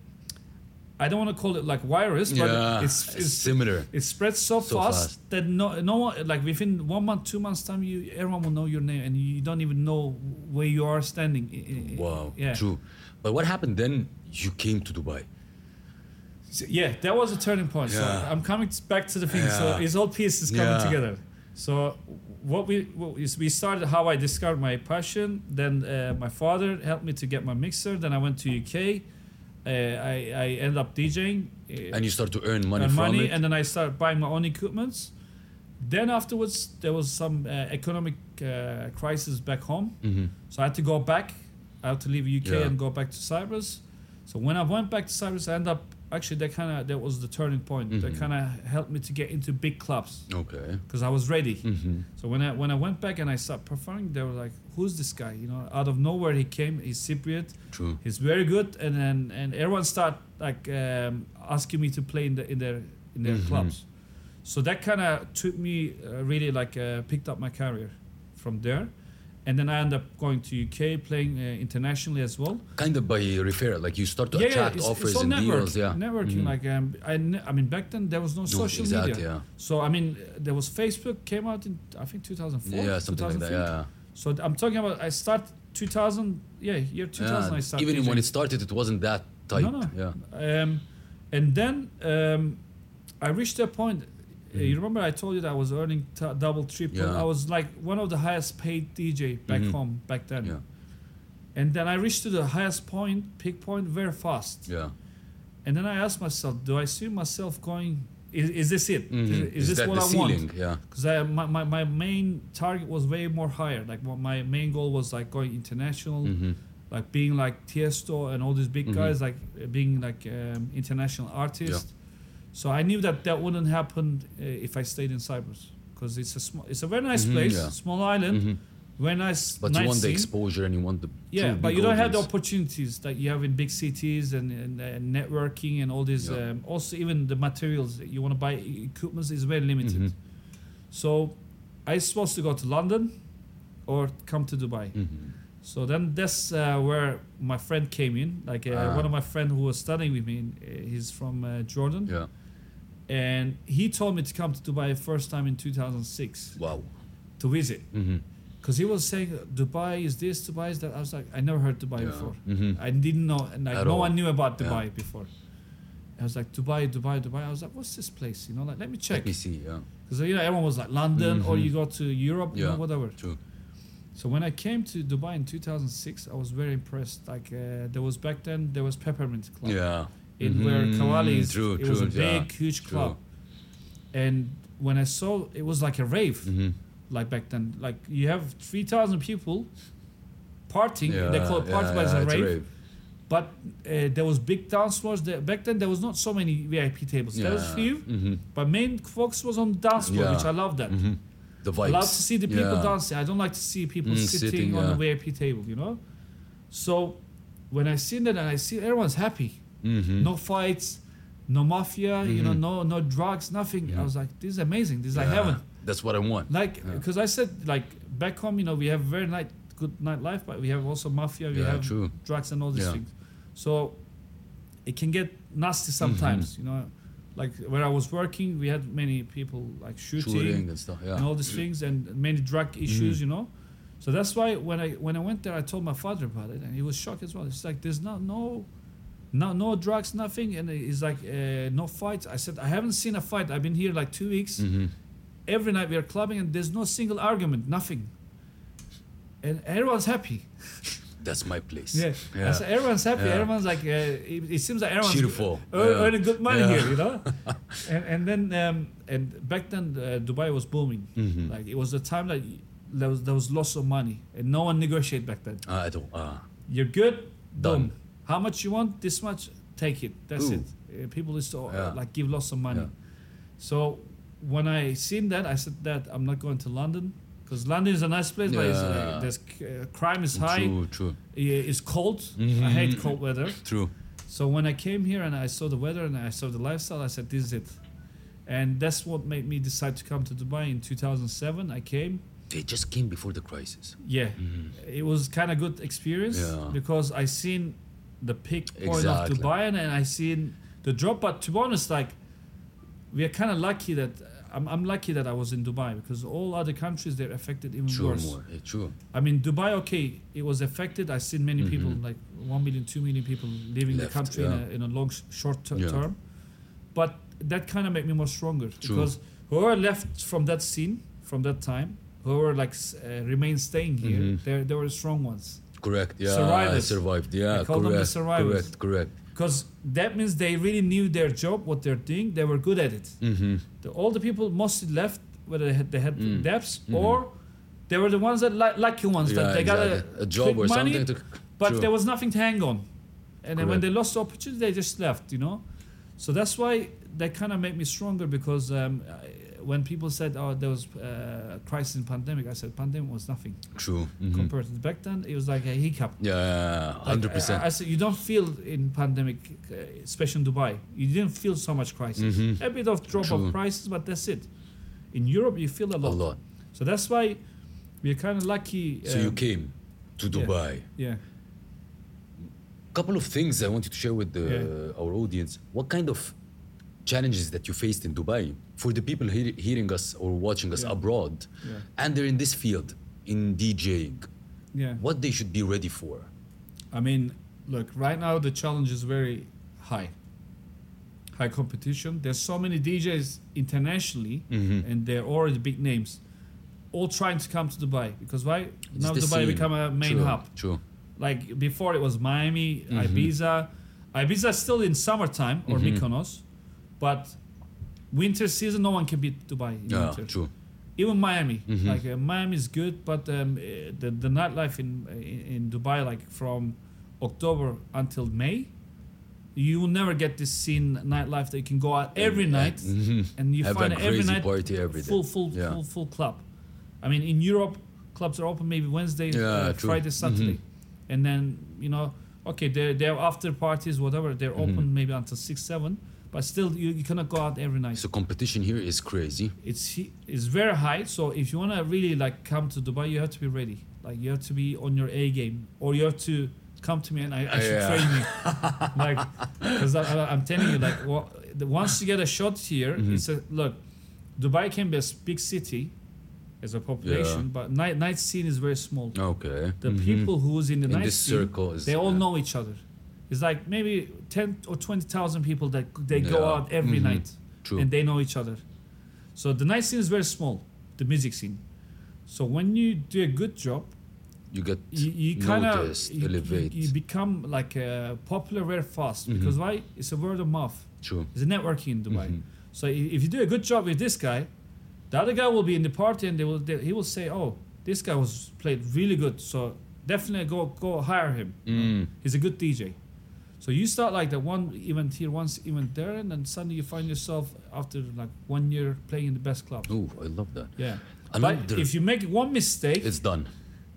A: I don't want to call it like virus,
B: Yeah.
A: but it's,
B: it's
A: it's
B: similar.
A: it spreads so,
B: So
A: fast,
B: fast.
A: that no no one like within one month, two months time, you everyone will know your name and you don't even know where you are standing. I- I- I-
B: Wow.
A: Yeah.
B: True. But what happened then? You came to Dubai.
A: So, yeah, that was a turning point. So
B: Yeah.
A: I'm coming t- back to the thing. So
B: Yeah.
A: it's all pieces coming
B: Yeah.
A: together. So what we what is we started how I discovered my passion. Then uh, my father helped me to get my mixer. Then I went to UK. Uh, I I ended up DJing. uh,
B: And you start to earn money
A: and
B: from
A: money,
B: it.
A: and then I started buying my own equipments. Then afterwards, there was some uh, economic uh, crisis back home,
B: Mm-hmm.
A: so I had to go back. I had to leave UK
B: Yeah.
A: and go back to Cyprus. So when I went back to Cyprus, I ended up actually that kind of that was the turning point. That kind of helped me to get into big clubs
B: okay. Mm-hmm.
A: because I was ready.
B: Mm.
A: So when I when I went back and I started performing, they were like, "Who's this guy?" You know, out of nowhere he came. He's Cypriot.
B: True.
A: He's very good, and and, and everyone start like um, asking me to play in the in their in their
B: Mm-hmm.
A: clubs. So that kind of took me uh, really like uh, picked up my career from there, and then I end up going to UK playing uh, internationally as well.
B: Kind of by referral, like you start to attract
A: it's- it's
B: offers
A: all
B: and
A: network-
B: deals. Yeah. Mm-hmm.
A: networking. Like um, I, ne- I mean, back then there was no, social
B: exactly,
A: media.
B: yeah.
A: So I mean, uh, there was Facebook came out in I think 2004.
B: Yeah, something like that.
A: 2003.
B: Yeah.
A: So I'm talking about I start 2000. Yeah, year 2000 I
B: yeah.
A: started.
B: Even when
A: DJing.
B: it started, it wasn't that tight.
A: No, no.
B: Yeah.
A: Um, and then um, I reached a point. uh, You remember I told you that I was earning t- double, triple.
B: Mm-hmm. Yeah. Mm-hmm.
A: I was like one of the highest paid DJ back home back then.
B: Yeah.
A: And then I reached to the highest point, peak point, very fast.
B: Yeah.
A: And then I asked myself, do I see myself going? Is, is this it? Is Is, this
B: Mm-hmm. that
A: what
B: the
A: I
B: ceiling?
A: want?
B: Yeah.
A: Because my, my, my main target was way more higher. Like what my main goal was like going international,
B: Mm-hmm.
A: like being like Tiesto and all these big guys, like uh, being like um, international artist. So I knew that that wouldn't happen uh, if I stayed in Cyprus because it's a small, it's a very nice
B: Mhm,
A: place,
B: yeah.
A: small island, very nice.
B: Mm-hmm. But
A: night
B: you want the
A: scene.
B: exposure and you want the
A: Yeah,
B: true
A: but
B: big
A: you don't have the
B: audience.
A: opportunities that you have in big cities and, and, and networking and all these.
B: Yeah.
A: Um, also, even the materials that you want to buy, e- equipment is very limited.
B: Mm-hmm.
A: So, I supposed to go to London or come to Dubai.
B: Mm-hmm.
A: So then that's uh, where my friend came in. Like uh,
B: Ah.
A: one of my friend who was studying with me, uh, he's from uh, Jordan,
B: Yeah.
A: and he told me to come to Dubai first time in 2006
B: Wow.
A: to visit.
B: Mm-hmm.
A: Because he was saying Dubai is this, Dubai is that. I was like, I never heard Dubai
B: Yeah.
A: before.
B: Mhm.
A: I didn't know, and like,
B: At
A: no
B: all.
A: one knew about
B: Yeah.
A: Dubai before. I was like Dubai, Dubai, Dubai. I was like, what's this place? You know, like let me check
B: Let me see. Yeah.
A: because you know everyone was like London or you go to Europe, you
B: Mm-hmm. Yeah.
A: know, whatever.
B: True.
A: So when I came to Dubai in 2006, I was very impressed. Like uh, there was back then, there was Peppermint Club
B: Yeah.
A: in where
B: Mhm.
A: Kawali is.
B: True,
A: it was a
B: true, yeah.
A: big, huge
B: True.
A: club. And when I saw, it was like a rave,
B: Mhm.
A: like back then. Like you have 3,000 people partying.
B: Yeah,
A: they call it party,
B: yeah,
A: but it's
B: yeah,
A: a rave. But uh, there was big dance floors. There. Back then, there was not so many VIP tables. There was
B: Yeah.
A: few,
B: Mhm.
A: but main focus was on dance floor,
B: Yeah.
A: which I love that.
B: Mhm. The vibes.
A: I love to see the people
B: Yeah.
A: dancing. I don't like to see people
B: Mm,
A: sitting,
B: sitting,
A: on the VIP table, you know? So when I seen that and I see everyone's happy.
B: Mhm.
A: No fights, no mafia, you know,
B: Mhm.
A: no no drugs, nothing. I
B: Yeah.
A: was like, this is amazing. This is like
B: Mm-hmm. Yeah.
A: heaven.
B: That's what I want.
A: Like,
B: Yeah.
A: because I said, like, back home, you know, we have very night, good night life, but we have also mafia, we
B: yeah.
A: have
B: true.
A: drugs and all these
B: Yeah.
A: things. So it can get nasty
B: Mm-hmm.
A: sometimes, you know? Like, where I was working, we had many people, like, shooting
B: Shooting and stuff. Yeah.
A: and all these things and many drug issues, you know. So that's why when I when I went there, I told my father about it, and he was shocked as well. It's like there's not no, no no drugs, nothing, and it's like uh, no fights. I said I haven't seen a fight. I've been here like two weeks.
B: Mhm.
A: Every night we are clubbing, and there's no single argument, nothing. And everyone's happy.
B: That's my place.
A: Yeah, I said, everyone's happy.
B: Yeah.
A: Everyone's like, uh, it, it seems like everyone's
B: Cheerful.
A: ear-
B: Yeah.
A: earning good money
B: Yeah.
A: here, you know. and and then um, and back then uh, Dubai was booming.
B: Mhm.
A: Like it was the time that y- there was there was lots of money and no one negotiate back then.
B: Ah, I don't. Ah.
A: You're good,
B: Done.
A: done. How much you want? This much, take it. That's
B: Ooh.
A: it. Uh, people used to uh,
B: Yeah.
A: like give lots of money.
B: Yeah.
A: So when I seen that, I said that I'm not going to London because London is a nice place, but it's, uh,
B: Yeah.
A: there's c- uh, crime is high.
B: True. True.
A: Yeah, it's cold.
B: Mm-hmm.
A: I hate cold weather.
B: True.
A: So when I came here and I saw the weather and I saw the lifestyle, I said, "This is it," and that's what made me decide to come to Dubai in 2007. I came.
B: They just came before the crisis.
A: Yeah, it was kind of good experience
B: Mm-hmm. Yeah.
A: because I seen the peak point
B: Exactly.
A: of Dubai and, and I seen the drop. But to be honest, like we are kind of lucky that I'm, I'm lucky that I was in Dubai because all other countries they're affected even
B: True.
A: worse.
B: More. Yeah, true.
A: I mean, Dubai, okay, it was affected. I've seen many people, like 1 million, 2 million people leaving
B: Mm-hmm. Left,
A: the country
B: yeah.
A: in, a, in a long, s- short ter-
B: Yeah.
A: term. But that kind of made me more stronger
B: True.
A: because whoever left from that scene, from that time, whoever like s- uh, remained staying here,
B: Mm-hmm.
A: they they were strong ones.
B: Correct. Yeah.
A: Survivors.
B: Survived. Yeah.
A: They call them the
B: correct.
A: survivors.
B: Correct. Correct.
A: Because that means they really knew their job, what they're doing. They were good at it.
B: Mm-hmm.
A: The, all the people mostly left whether they had, they had
B: Mm.
A: debts
B: Mm-hmm.
A: or they were the ones that li- lucky ones that they got a,
B: job
A: quick
B: or
A: money,
B: something. To,
A: but
B: true.
A: there was nothing to hang on. And then when
B: Correct.
A: they lost the opportunity, they just left, you know. So that's why that kind of made me stronger because um, I, when people said, "Oh, there was uh, crisis in pandemic," I said, "Pandemic was nothing
B: true. Mhm.
A: compared to back then. It was like a hiccup."
B: Yeah.
A: Like,
B: Hundred
A: I, I
B: percent.
A: said, you don't feel in pandemic, uh, especially in Dubai, you didn't feel so much crisis. A bit of drop
B: Mm-hmm. True.
A: of prices, but that's it. In Europe, you feel a
B: A
A: lot.
B: lot.
A: So that's why we're kind of lucky.
B: So you
A: um,
B: came to
A: yeah.
B: Dubai.
A: Yeah.
B: couple of things I want you to share with the,
A: Yeah.
B: our audience. What kind of challenges that you faced in Dubai for the people hear, hearing us or watching us
A: Yeah.
B: abroad,
A: Yeah.
B: and they're in this field in DJing.
A: Yeah.
B: What they should be ready for?
A: I mean, look, right now the challenge is very high. High competition. There's so many DJs internationally,
B: Mm-hmm.
A: and they're already big names, all trying to come to Dubai because why?
B: It's
A: now
B: the
A: Dubai
B: scene.
A: become a main
B: True, Mm-hmm.
A: hub.
B: True.
A: Like before, it was Miami, Ibiza. Ibiza is still in summertime or
B: Mm-hmm.
A: Mykonos, but winter season, no one can beat Dubai in
B: Yeah.
A: winter.
B: True.
A: Even Miami,
B: Mm-hmm.
A: like uh, Miami is good, but um, eh, the the nightlife in in in Dubai, like from October until May, you will never get this scene nightlife that you can go out every night and you
B: Mm-hmm. Have a
A: find every
B: crazy
A: night
B: party every day.
A: full full
B: Yeah.
A: full full club. I mean, in Europe, clubs are open maybe Wednesday,
B: Yeah,
A: uh,
B: true. Mm-hmm.
A: Friday, Saturday, and then you know, okay, they they have after parties, whatever. They're
B: Mm-hmm.
A: open maybe until six, seven, but still you, you cannot go out every night.
B: So competition here is crazy.
A: It's he- it's very high, so if you wanna really like come to Dubai, you have to be ready. Like you have to be on your A game, or you have to come to me and I, I should
B: Yeah.
A: train you, like because I, I, I'm telling you, like wha- the- once you get a shot here,
B: Mm-hmm.
A: it's a look. Dubai can be a s- big city, as a population, but night night scene is very small.
B: Okay.
A: The
B: Mhm.
A: people who's in the
B: In
A: night
B: this
A: scene,
B: circle is-
A: they all
B: yeah.
A: know each other. It's like maybe ten or twenty thousand people that they go
B: Yeah.
A: out every
B: Mhm.
A: night
B: True.
A: and they know each other. So the night scene is very small, the music scene. So when you do a good job,
B: you get
A: you, you kind of
B: noticed,
A: you,
B: elevate. Mm-hmm.
A: you become like uh, popular very fast because why? It's a word of mouth.
B: True.
A: It's a networking in Dubai.
B: Mm-hmm.
A: So i- if you do a good job with this guy, the other guy will be in the party and they will they, he will say, "Oh, this guy was played really good, so definitely go go hire him.
B: Mm.
A: He's a good DJ." So you start like that one event here, once event there, and then suddenly you find yourself after like one year playing in the best club.
B: Oh, I love that.
A: Yeah. But
B: Another-
A: if you make one mistake,
B: It's done.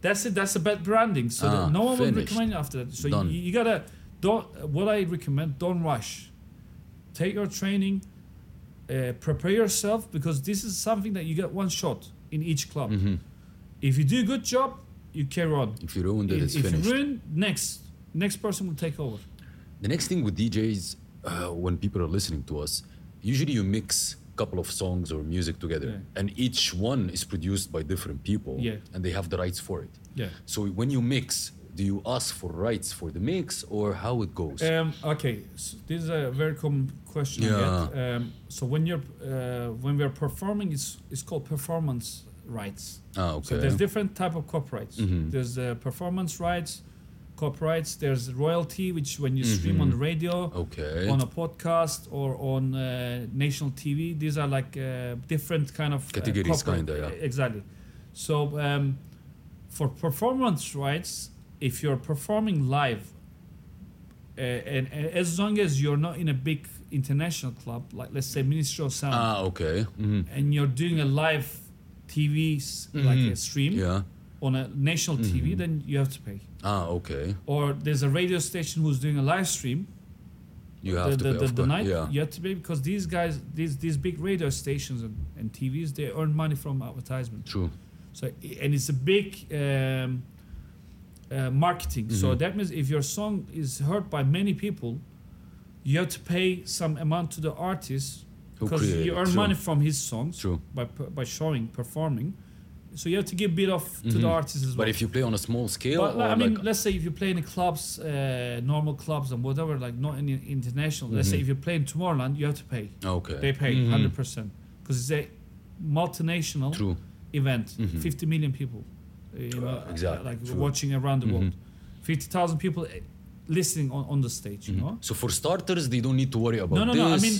A: that's it. That's a bad branding. So
B: Ah,
A: that no one will
B: finished.
A: recommend you after that. So you,
B: Done.
A: you gotta don't. What I recommend: don't rush. Take your training. Uh, prepare yourself because this is something that you get one shot in each club.
B: Mm-hmm.
A: If you do a good job, you carry on.
B: If you ruined it,
A: If-
B: it's
A: if
B: finished.
A: you ruin, next next person will take over.
B: The next thing with DJs, uh, when people are listening to us, usually you mix a couple of songs or music together,
A: Yeah.
B: and each one is produced by different people,
A: Yeah.
B: and they have the rights for it.
A: Yeah.
B: So when you mix, do you ask for rights for the mix or how it goes?
A: Um, okay, so this is a very common question. I get. Um, so when you're uh, when we're performing, it's it's called performance rights.
B: ah, okay.
A: So there's different type of copyrights. There's uh, performance rights, copyrights. There's royalty, which when you stream on the
B: Oh,
A: radio,
B: okay.
A: on a podcast, or on uh, national TV, these are like uh, different kind of uh,
B: Categories,
A: copyright-
B: kinda, yeah.
A: Exactly. So um, for performance rights, if you're performing live, uh, and, and as long as you're not in a big international club, like let's say Ministry of Sound,
B: ah, okay. Mhm.
A: and you're doing a live TV s like a stream
B: Mm-hmm. Yeah. Mm-hmm.
A: on a national TV, then you have to pay.
B: Ah, okay.
A: Or there's a radio station who's doing a live stream
B: You
A: the,
B: have to
A: the,
B: pay,
A: the,
B: of
A: the
B: course.
A: night.
B: Yeah.
A: You have to pay because these guys, these these big radio stations and, and TVs, they earn money from advertisement.
B: True.
A: So and it's a big um, uh, marketing.
B: Mm-hmm.
A: So that means if your song is heard by many people, you have to pay some amount to the artist
B: Who
A: because
B: created
A: you
B: it,
A: earn
B: true.
A: money from his songs
B: True.
A: by per- by showing performing. So you have to give a bit of to the artist as well.
B: Mm-hmm. But if you play on a small scale,
A: But like,
B: or
A: I mean,
B: like,
A: let's say if you play in the clubs, uh, normal clubs and whatever, like not in in- international. Let's
B: Mm-hmm.
A: say if you play in Tomorrowland, you have to pay.
B: okay. Mm-hmm.
A: They pay 100 percent because it's a multinational
B: True. Mm-hmm.
A: event. 50 million people, uh, you know,
B: exactly,
A: like
B: true. Mm-hmm.
A: watching around the world. 50,000 people eh, listening on, on the stage. You know.
B: Mm-hmm. So for starters, they don't need to worry about
A: No, no,
B: this.
A: no. I mean,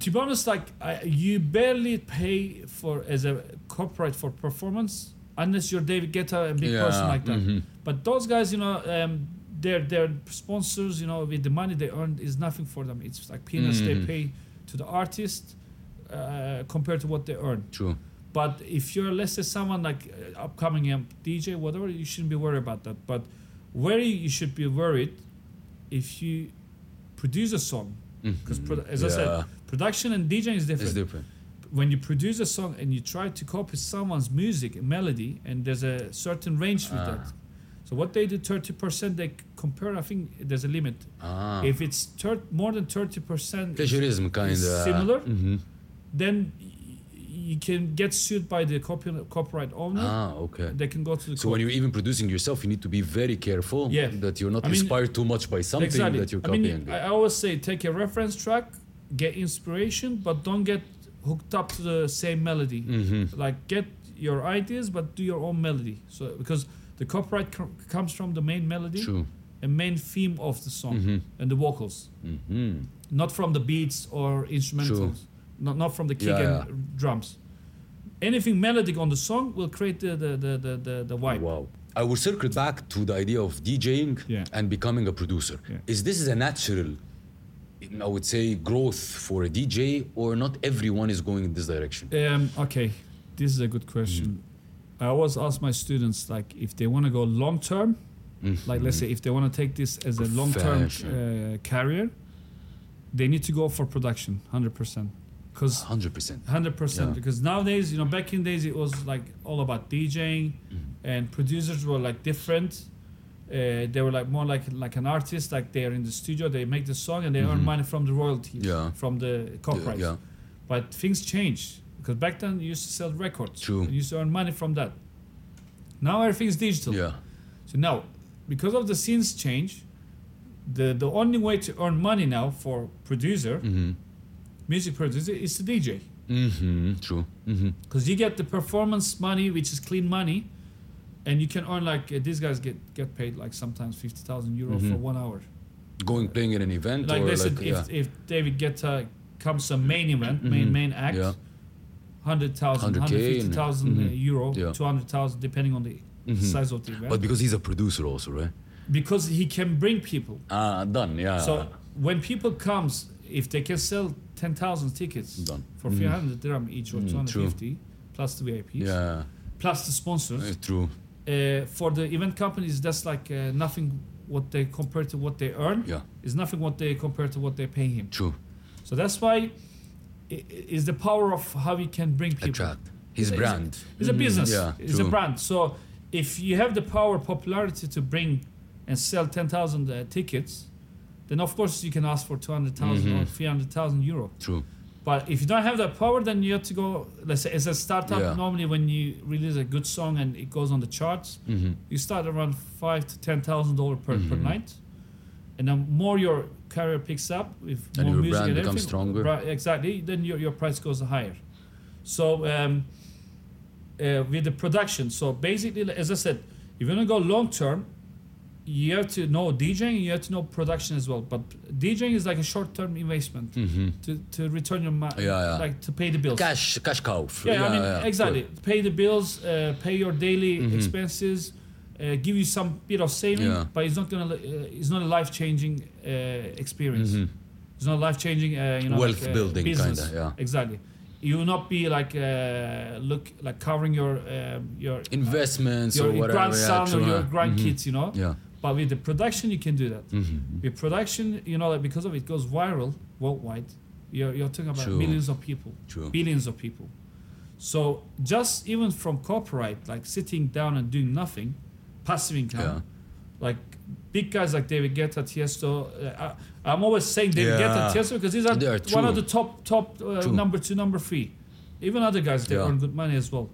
A: to be honest, like I, you barely pay for as a corporate for performance unless you're David Guetta, a big person
B: Yeah,
A: like that.
B: mhm.
A: But those guys, you know, um, their their sponsors, you know, with the money they earn is nothing for them. It's like peanuts they pay to the artist uh, compared to what they earn.
B: True.
A: But if you're, let's say, someone like uh, upcoming um, DJ, whatever, you shouldn't be worried about that. But where you should be worried if you produce a song, because as I
B: Mm-hmm. Yeah.
A: said, production and DJing is different.
B: It's different.
A: when you produce a song and you try to copy someone's music and melody, and there's a certain range with
B: Ah.
A: that. So what they do, thirty percent, they c- compare. I think there's a limit.
B: Ah.
A: If it's thir- more than thirty percent,
B: plagiarism Mm-hmm. kind of
A: similar, then y- you can get sued by the copy- copyright owner.
B: Ah, okay.
A: They can go to the
B: So when you're even producing yourself, you need to be very careful
A: Yeah.
B: that you're not
A: I mean,
B: inspired too much by something
A: exactly.
B: that you're
A: I
B: copying.
A: mean, I I always say take a reference track, get inspiration, but don't get hooked up to the same melody.
B: Mm-hmm.
A: Like get your ideas, but do your own melody. So because the copyright com- comes from the main melody
B: True. Mm-hmm.
A: and main theme of the song and the vocals,
B: Mhm.
A: not from the beats or instrumentals, not not from the kick
B: Yeah,
A: and drums. Anything melodic on the song will create the the the the, the, the vibe.
B: Wow. I will circle back to the idea of DJing
A: Yeah.
B: and becoming a producer.
A: Yeah.
B: Is this a natural, I would say, growth for a DJ, or not everyone is going in this direction?
A: Um, okay, this is a good question.
B: Mm-hmm.
A: I always ask my students like if they want to go long term, like
B: Mm-hmm.
A: let's say if they want to take this as a long term
B: Profession.
A: uh, career, they need to go for production, hundred percent, because
B: 100%.
A: hundred
B: Yeah.
A: percent because nowadays you know back in days it was like all about DJing,
B: Mm-hmm.
A: and producers were like different. Uh, they were like more like like an artist, like they are in the studio, they make the song and they earn money from the royalties,
B: Mm-hmm. Yeah.
A: from the copyrights.
B: yeah.
A: But things change because back then you used to sell records,
B: True.
A: and you used to earn money from that. Now everything's digital.
B: Yeah.
A: So now, because of the scenes change, the the only way to earn money now for producer, music producer, is to DJ
B: Mm-hmm. True. Mm-hmm.
A: because you get the performance money, which is clean money, and you can earn like uh, these guys get get paid like sometimes fifty thousand euro
B: Mm-hmm.
A: for one hour.
B: Going playing in an event
A: Like
B: or
A: they
B: like
A: said,
B: yeah. Mm-hmm.
A: if if David Guetta comes to main event, main main act.
B: Yeah.
A: 100,000,
B: 100K and- mm-hmm.
A: 150,000 uh, euro,
B: Yeah. Mm-hmm.
A: 200,000, depending on the size of the event.
B: But because he's a producer also, right?
A: because he can bring people.
B: Ah, done. Yeah.
A: So when people comes, if they can sell ten thousand tickets
B: Done. Mm-hmm.
A: for three hundred dirham each or two hundred fifty, plus the VIPs,
B: yeah,
A: plus the sponsors,
B: it's true.
A: uh, for the event companies that's like uh, nothing. What they compare to what they earn
B: Yeah.
A: is nothing. What they compare to what they pay him.
B: True.
A: So that's why i- i- is the power of how you can bring people.
B: Attract his
A: It's a-
B: brand. Mm-hmm.
A: It's a business.
B: Yeah,
A: it's a
B: true.
A: brand. So if you have the power, popularity to bring and sell 10,000 uh, tickets, then of course you can ask for 200,000 or
B: Mm-hmm.
A: 300,000 euro.
B: True.
A: But if you don't have that power, then you have to go, let's say, as a startup,
B: Yeah.
A: normally when you release a good song and it goes on the charts,
B: Mm-hmm.
A: you start around five to $10,000 per, per night. And the more your career picks up, with
B: And
A: more
B: your
A: music
B: brand
A: and
B: becomes
A: everything,
B: stronger.
A: Right, exactly, then your, your price goes higher. So um, uh, with the production, so basically, like- as I said, if you want to go long term, you have to know DJing, you have to know production as well. But DJing is like a short term investment to, to return your money,
B: Mm-hmm. Yeah, yeah.
A: like to pay the bills.
B: Cash, cash cow.
A: Yeah, I mean, exactly. Pay the bills, uh, pay your daily expenses, uh, give you some bit of saving,
B: Mm-hmm. Yeah.
A: but it's not gonna, uh, it's not a life changing uh, experience. It's not life changing, uh, you know,
B: Mm-hmm. Wealth
A: like, uh,
B: building
A: business.
B: kinda, yeah.
A: Exactly. You will not be like uh, look like covering your um, your
B: Investments
A: your
B: or whatever.
A: grandson
B: yeah,
A: or
B: true,
A: your
B: yeah. Mm-hmm.
A: grandkids, you know.
B: Yeah. mm-hmm.
A: But with the production, you can do that. With production, you know, like because of it goes viral worldwide. You're, you're talking about
B: True.
A: millions of people,
B: True.
A: billions of people. So just even from copyright, like sitting down and doing nothing, passive income,
B: Yeah.
A: like big guys like David Guetta, Tiesto. Uh, I, I'm always saying David Guetta,
B: Yeah.
A: Tiesto because these are,
B: They are
A: one of
B: true.
A: the top top uh,
B: True.
A: number two, number three. Even other guys they
B: Yeah.
A: earn good money as well.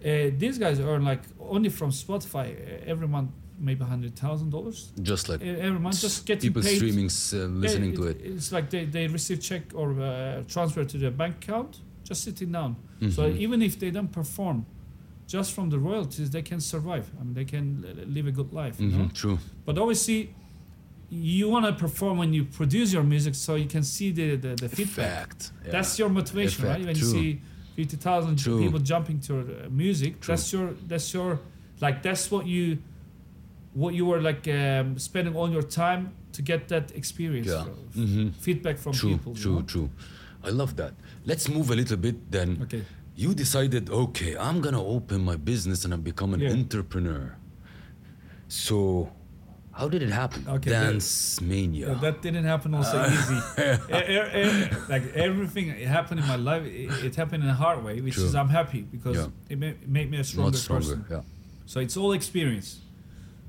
A: Uh, these guys earn like only from Spotify uh, every month maybe hundred thousand dollars uh,
B: Just like
A: every month just getting
B: people
A: paid.
B: streaming, s- uh,
A: Yeah,
B: listening to it.
A: It's like they, they receive check or uh, transfer to their bank account just sitting down. So
B: Mm-hmm.
A: even if they don't perform, just from the royalties they can survive. I mean they can li- live a good life. You know?
B: Mhm, True.
A: But obviously, you want to perform when you produce your music so you can see the, the, the feedback.
B: Fact. Yeah.
A: That's your motivation, right?
B: Effect,
A: When
B: true.
A: you see 50,000
B: True.
A: people jumping to your uh, music,
B: True.
A: that's your, that's your, like, that's what you, what you were like um, spending all your time to get that experience,
B: Yeah. Mm-hmm.
A: uh, f- feedback from
B: true,
A: people. you
B: true,
A: know?
B: true. I love that. Let's move a little bit then.
A: Okay.
B: You decided, okay, I'm gonna open my business and I become an
A: Yeah.
B: entrepreneur. So, how did it happen?
A: Okay, that-
B: Dance mania.
A: Yeah, that didn't happen also
B: Uh,
A: easy. E- e- e- like everything it happened in my life, it, it happened in a hard way, which
B: True.
A: is I'm happy because
B: Yeah.
A: it, ma- it made me a stronger,
B: Much stronger.
A: person.
B: Yeah.
A: So it's all experience.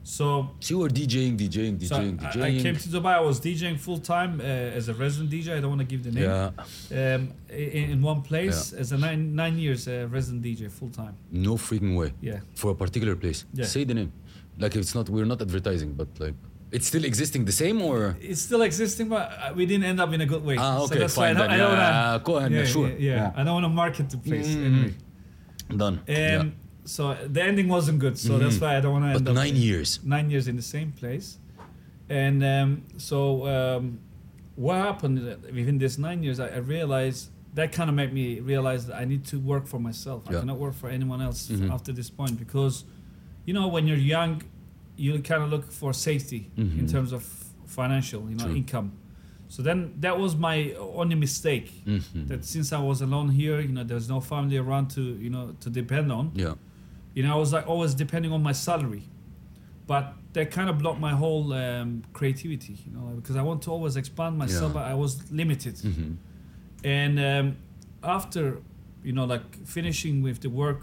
A: So,
B: So you were DJing, DJing,
A: so
B: DJing,
A: I-
B: DJing.
A: I, came to Dubai. I was DJing full time uh, as a resident DJ. I don't want to give the name.
B: yeah.
A: Um, i- in, in one place as a nine nine years uh, resident DJ full time.
B: No freaking way.
A: Yeah.
B: For a particular place.
A: Yeah.
B: Say the name. Like it's not. We're not advertising, but like it's still existing the same or.
A: It's still existing, but uh, we didn't end up in a good way.
B: Ah,
A: so
B: okay,
A: that's why I
B: fine
A: don't,
B: then.
A: I don't
B: yeah,
A: wanna,
B: go ahead.
A: yeah,
B: sure.
A: yeah, yeah. I don't want to market the place anyway.
B: Mm-hmm. Done.
A: Um,
B: yeah. Mm-hmm.
A: So the ending wasn't good. So that's why I don't want to
B: But
A: end up
B: nine years.
A: nine years in the same place. And um, so um, what happened uh, within these nine years, I, I realized that kind of made me realize that I need to work for myself. I
B: Yeah. Mm-hmm.
A: cannot work for anyone else after this point because, you know, when you're young, you kind of look for safety in terms of financial, you know,
B: Mm-hmm. True.
A: income. So then that was my only mistake.
B: Mm. Mm-hmm.
A: That since I was alone here, you know, there's no family around to, you know, to depend on
B: Yeah.
A: you know, I was like always depending on my salary, but that kind of blocked my whole um, creativity, you know, because I want to always expand myself,
B: Yeah. Hmm.
A: but I was limited.
B: Mm-hmm.
A: And um, after, you know, like finishing with the work,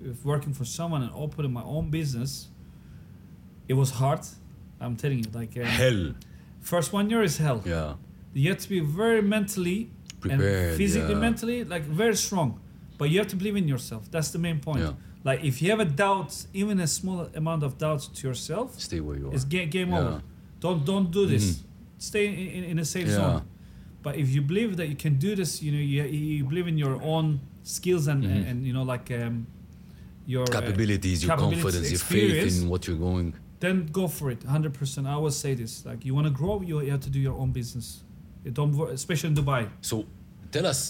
A: with working for someone and opening my own business, it was hard. I'm telling you, like uh,
B: Hell.
A: first one year is hell.
B: Yeah.
A: You have to be very mentally
B: Prepared,
A: and physically,
B: yeah.
A: mentally, like very strong. But you have to believe in yourself. That's the main point.
B: Yeah.
A: Like if you have a doubt, even a small amount of doubt to yourself,
B: Stay where you are.
A: it's ga- game
B: Yeah. Mm-hmm.
A: over. Don't don't do this. Stay in, in, in a safe
B: Yeah.
A: zone. But if you believe that you can do this, you know you, you believe in your own skills and and,
B: Mm-hmm.
A: and you know like um, your uh,
B: Capabilities, your
A: capabilities,
B: confidence, your faith
A: experience,
B: in what you're going.
A: then go for it 100% i always say this like you want to grow you, you have to do your own business you don't wor- especially in dubai
B: So tell us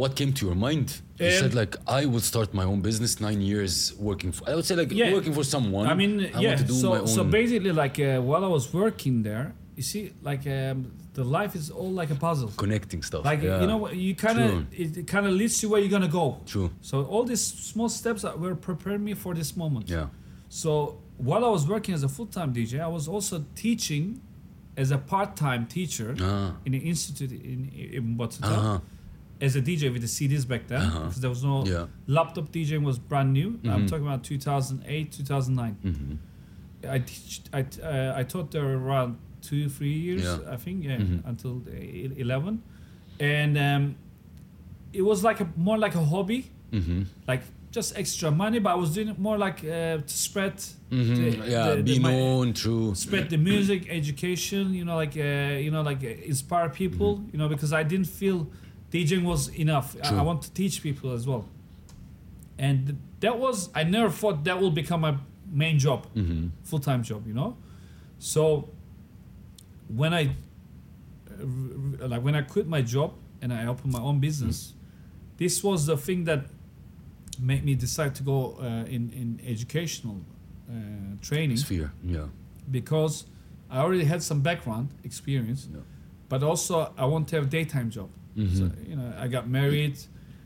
B: what came to your mind. You
A: Um,
B: said like I would start my own business nine years working for I would say like
A: Yeah.
B: working for someone.
A: i mean
B: I
A: yeah
B: want to do
A: so
B: my own
A: so basically like uh, while i was working there you see like um, the life is all like a puzzle
B: connecting stuff.
A: like
B: yeah.
A: you know what, you kind
B: True.
A: of it, kind of leads you where you're gonna go
B: True.
A: so all these small steps that were preparing me for this moment
B: Yeah.
A: so while i was working as a full-time dj i was also teaching as a part-time teacher
B: Ah.
A: in an institute in, in Bogota
B: Uh-huh.
A: as a DJ with the CDs back then because there was no
B: Yeah. Mm-hmm.
A: laptop DJing was brand new. I'm talking about 2008, 2009. I teach, I t- uh, I taught there around two, three years,
B: Yeah. Mm-hmm.
A: I think, yeah, until uh, e- eleven, and um, it was like a more like a hobby,
B: Mm-hmm.
A: like just extra money. But I was doing it more like uh, to spread, the,
B: Mm-hmm. yeah,
A: the-
B: be
A: the- my-
B: known, true.
A: spread the music education you know like uh, you know like uh, inspire people you know because i didn't feel teaching was enough I, I
B: Mm-hmm. True.
A: want to teach people as well and th- that was i never thought that will become my main job
B: Mm-hmm.
A: full-time job you know so when i uh, r- r- like when i quit my job and i opened my own business this was the thing that made me decide to go uh, in in educational uh, training
B: Sphere. Yeah.
A: because I already had some background experience,
B: Yeah. Mm-hmm.
A: but also I want to have daytime job. So, you know, I got married.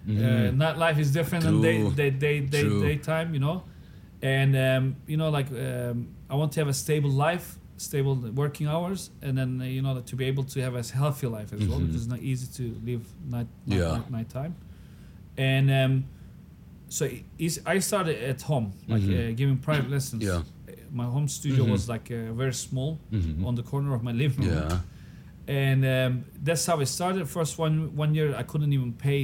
A: Uh, night life is different than day,
B: True.
A: day, day, day,
B: True.
A: daytime, you know, and um, you know, like um, I want to have a stable life, stable working hours, and then uh, you know to be able to have a healthy life as well, because it's not easy to live night, night,
B: Mm-hmm. Yeah.
A: night, nighttime, and um, so it is, I started at home, like uh, giving private lessons.
B: Mm-hmm. Yeah. Mm-hmm.
A: Uh, My home studio was like uh, very small, on the corner of my living room,
B: Yeah.
A: and um, that's how it started. First one one year, I couldn't even pay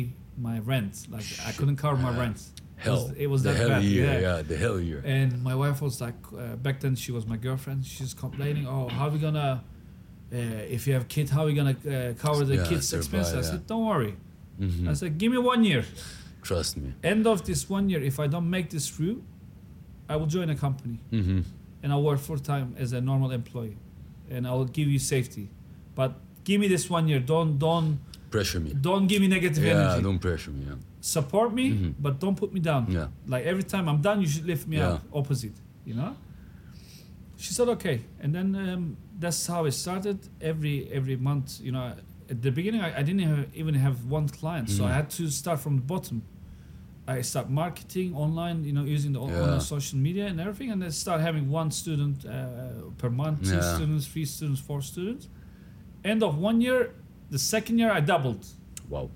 A: my rent, like I couldn't cover my rent. It was,
B: Hell.
A: it was
B: the
A: that
B: hell
A: bad.
B: year.
A: yeah.
B: the hell year.
A: And my wife was like, uh, back then she was my girlfriend. She's complaining, oh, how are we gonna, uh, if you have kid, how are we gonna uh, cover the
B: Yeah,
A: kids'
B: survive,
A: expenses? I
B: yeah. Mm-hmm.
A: said, don't worry. I said, give me one year.
B: Trust me.
A: End of this one year, if I don't make this through, I will join a company
B: Mm-hmm.
A: and I'll work full time as a normal employee, and I'll give you safety. But give me this one year. Don't don't
B: Pressure me.
A: don't give me negative
B: Yeah,
A: energy.
B: don't pressure me. Yeah.
A: Support me, but don't put me down.
B: Mm-hmm. Yeah.
A: Like every time I'm done, you should lift me
B: Yeah.
A: up. Opposite, you know. She said okay, and then um, that's how it started. Every every month, you know, at the beginning I, I didn't have, even have one client, so I
B: Mm-hmm.
A: had to start from the bottom. I start marketing online, you know, using the on-
B: Yeah.
A: online social media and everything, and then start having one student uh, per month, two
B: Yeah.
A: students, three students, four students. End of one year, the second year I doubled.
B: Wow.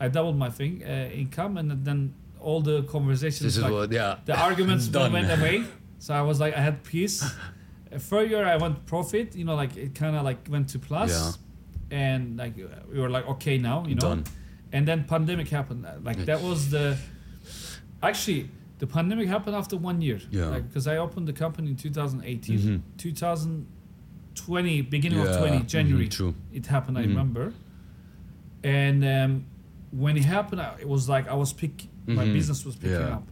A: I doubled my thing uh, income, and then all the conversations,
B: This is
A: like,
B: what. Yeah.
A: the arguments
B: Done.
A: went away. So I was like, I had peace. Uh, Further, I went profit. You know, like it kind of like went to plus, and like we were like, okay, now you know.
B: Done.
A: And then pandemic happened. Uh, Like that was the. Actually, the pandemic happened after one year.
B: Yeah. Mm-hmm.
A: Like because I opened the company in 2018, 2020, beginning
B: Yeah,
A: of 20
B: mhm,
A: January.
B: true.
A: It happened.
B: Mm-hmm.
A: I remember. And um, when it happened, I- it was like I was pick. My
B: Mhm.
A: business was picking
B: Yeah.
A: up.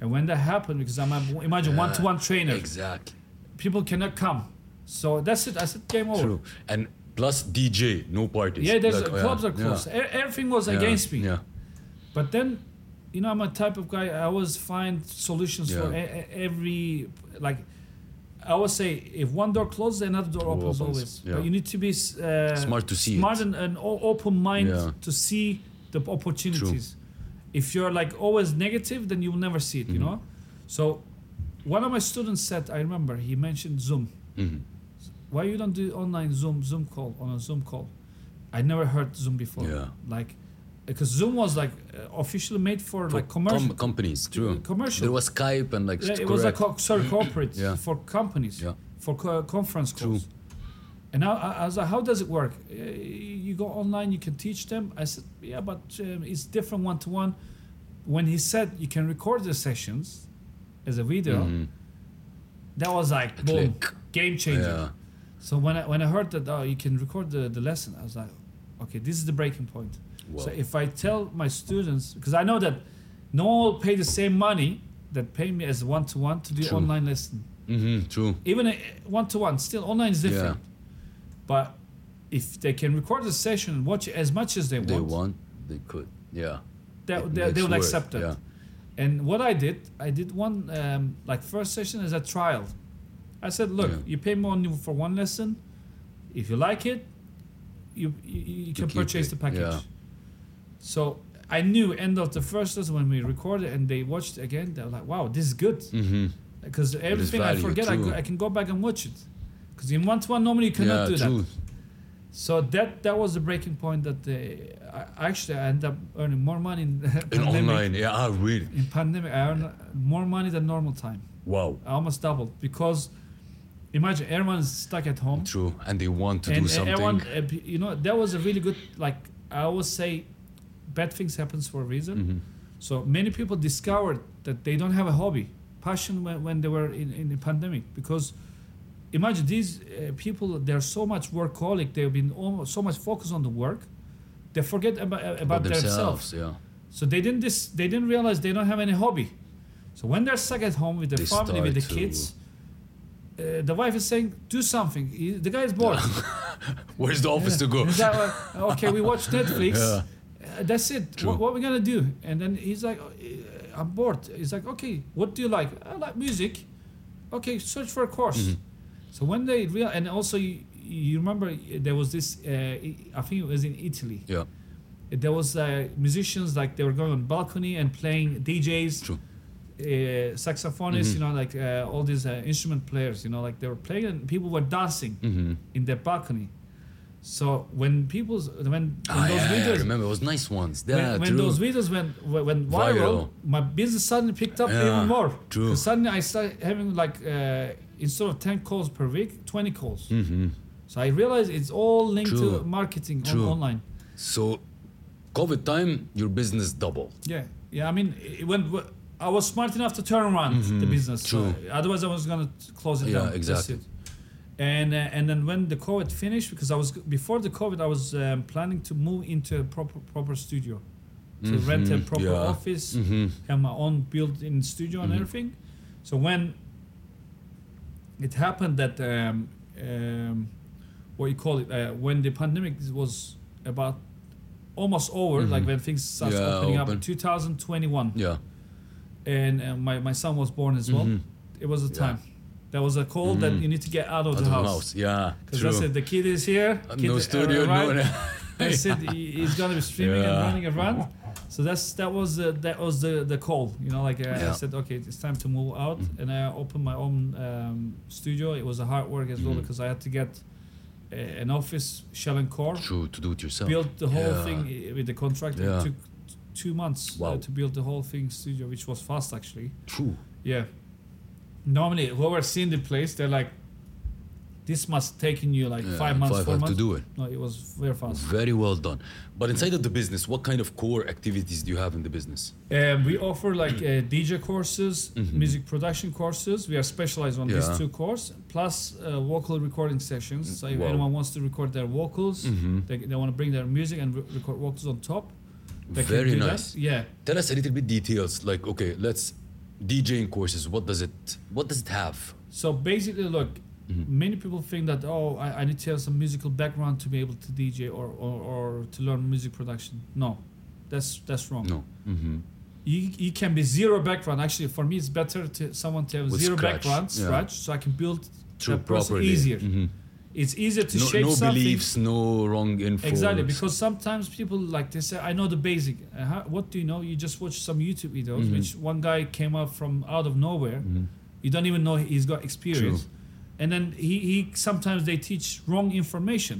A: And when that happened, because I'm a, imagine
B: Yeah,
A: one to one trainer,
B: Exactly.
A: people cannot come. So that's it. I said game over.
B: True. And plus DJ, no
A: Oh.
B: parties.
A: Yeah, there's
B: Like, oh,
A: clubs
B: yeah,
A: are closed. E- Everything was
B: yeah,
A: against me.
B: Yeah.
A: But then, you know, I'm a type of guy. I always find solutions for
B: Yeah.
A: e- e- every like. I always say if one door closes, another door
B: Door
A: opens,
B: opens,
A: always.
B: yeah.
A: But you need to be s- uh,
B: Smart to see
A: smart
B: it.
A: and, and o- open mind
B: Yeah.
A: to see the p- opportunities. If you're like always negative, then you will never see it. You
B: Mm-hmm.
A: know. So, one of my students said, I remember he mentioned Zoom.
B: Mm-hmm.
A: Why you don't do online Zoom Zoom call on a Zoom call? I never heard Zoom before.
B: Yeah.
A: Like, because Zoom was like uh, officially made for,
B: For
A: like commercial.
B: com- companies, true.
A: commercial.
B: There was Skype and like.
A: Yeah, it
B: correct. Mm-hmm.
A: was like co- sorry corporate
B: Yeah.
A: for companies
B: Yeah.
A: for co- conference calls. And now I, I was like, how does it work? Uh, you go online, you can teach them. I said, yeah, but um, it's different one to one. When he said you can record the sessions as a video, that was like boom,
B: Mm-hmm. click.
A: game changer.
B: Yeah.
A: So when I, when I heard that oh you can record the, the lesson, I was like, okay, this is the breaking point.
B: Wow.
A: So if I tell my students, because I know that no one will pay the same money that pay me as one to one to do
B: True.
A: online lesson.
B: Mm-hmm, true.
A: Even one to one, still online is different. But if they can record the session and watch as much as they want,
B: They want, they could. Yeah.
A: they,
B: It
A: they, they
B: makes
A: will
B: worth,
A: accept it.
B: yeah.
A: And what I did, I did one um, like first session as a trial. I said, look,
B: Yeah.
A: you pay money for one lesson. If you like it, you you, you can
B: keep
A: purchase
B: it,
A: the package.
B: yeah.
A: So I knew end of the first lesson when we recorded and they watched again, they're like, wow, this is good
B: Mm-hmm.
A: because everything I
B: value
A: forget, I,
B: too.
A: go- I can go back and watch it. Because in one to one normally you
B: yeah,
A: cannot do
B: true.
A: that. So that that was the breaking point that they, I, actually I end up earning more money in,
B: In
A: pandemic-
B: online, yeah, ah, really.
A: in pandemic, I earn more money than normal time.
B: Wow.
A: I almost doubled because imagine everyone is stuck at home
B: True. And they want to
A: and
B: do something.
A: everyone, uh, p- you know, that was a really good. Like I always say, bad things happens for a reason.
B: Mm-hmm.
A: So many people discovered that they don't have a hobby, passion when, when they were in, in the pandemic because. Imagine these uh, people, they're so much workaholic, they've been almost so much focused on the work, they forget about, about,
B: about
A: themselves.
B: themselves,
A: So they didn't dis- they didn't realize they don't have any hobby. So when they're stuck at home with the
B: They
A: family, with the
B: start to-
A: kids, uh, the wife is saying, "Do something." He- the guy is bored.
B: yeah. Where's the office to go?
A: He's like, "Well, "Okay, we watch Netflix.
B: Yeah.
A: Uh, that's it. Wh-
B: True.
A: What, are we gonna do?" And then he's like, "Uh, "I'm bored." He's like, "Okay, what do you like?" "I like music." Okay, search for a course.
B: Mm-hmm.
A: So when they real and also you, you remember uh, there was this uh, I I think it was in Italy
B: Yeah,
A: there was uh, musicians like they were going on balcony and playing DJs,
B: True. Mm-hmm.
A: Uh, saxophonists, you know, like uh, all these uh, instrument players, you know, like they were playing and people were dancing
B: Mm-hmm.
A: in their balcony. So when people when, when
B: ah,
A: those
B: yeah, yeah, I
A: videos
B: remember it was nice ones.
A: when,
B: Yeah,
A: when
B: true.
A: those videos went when, when viral,
B: Viral.
A: my business suddenly picked up
B: Yeah,
A: even more.
B: true.
A: 'Cause Suddenly I started having like uh, instead of ten calls per week, twenty calls. So I realized it's all linked
B: Mm-hmm. True.
A: to marketing on,
B: True.
A: online.
B: so, COVID time, your business double.
A: Yeah, yeah. I mean, it went. w- I was smart enough to turn around the business. so
B: Mm-hmm. true.
A: otherwise, I was gonna t- close it
B: Yeah,
A: down. That's
B: exactly.
A: it. And uh, and then when the COVID finished, because I was g- before the COVID, I was um, planning to move into a proper proper studio, to rent a proper
B: Mm-hmm. yeah.
A: office, have my own built-in studio and
B: Mm-hmm.
A: everything. So when it happened that um, um, what you call it uh, when the pandemic was about almost over, like when things starts
B: Mm-hmm. Yeah,
A: opening
B: open.
A: up, 2021,
B: Yeah,
A: and uh, my, my son was born as well.
B: Mm-hmm.
A: It was the time. There was a call that you need to get out of
B: out
A: the
B: of
A: house.
B: Yeah,
A: Because
B: true.
A: that's it. The kid is here.
B: Uh,
A: kid
B: no studio, no.
A: arrived. That's it. He- He's gonna be streaming
B: Yeah.
A: and running around. So that's that was the, that was the the call. You know, like uh,
B: Yeah.
A: I said, okay, it's time to move out, and I opened my own um, studio. It was a hard work as
B: Mm-hmm.
A: well because I had to get uh, an office shell and core
B: true to do it yourself.
A: built the whole
B: Yeah.
A: thing i- with the contractor.
B: Yeah.
A: It took t- two months uh,
B: Wow.
A: to build the whole thing studio, which was fast actually.
B: True.
A: Yeah. Normally, whoever's seen the place, they're like, "This must taken you like
B: Yeah,
A: five months,
B: five
A: four
B: months
A: months
B: to do it.
A: No, it was very fast.
B: Very well done. But inside of the business, what kind of core activities do you have in the business?
A: Um, we offer like
B: Mm.
A: uh, DJ courses, music production courses. We are specialized on
B: Mm-hmm. Yeah.
A: these two courses, plus uh, vocal recording sessions. So if
B: Wow.
A: anyone wants to record their vocals,
B: Mm-hmm.
A: they, they want to bring their music and re- record vocals on top. They can
B: Very
A: do that.
B: nice.
A: Yeah.
B: Tell us a little bit details. Like, okay, let's DJing courses. What does it? What does it have?
A: So basically, look,
B: Mm-hmm.
A: many people think that oh, I, I need to have some musical background to be able to DJ or, or, or to learn music production. No, that's that's wrong.
B: No. Mm-hmm.
A: You, you can be zero background. Actually, for me, it's better to someone to have
B: With
A: zero
B: scratch,
A: background,
B: yeah.
A: scratch, so I can build
B: True,
A: that person
B: properly. Mm-hmm.
A: easier. It's easier to shape
B: No, no
A: something.
B: beliefs, no wrong info.
A: Exactly, because sometimes people like they say, "I know the basic." Uh, how, what do you know? You just watch some YouTube videos, which one guy came up from out of nowhere. You don't even know he's got experience, and then he, he sometimes they teach wrong information,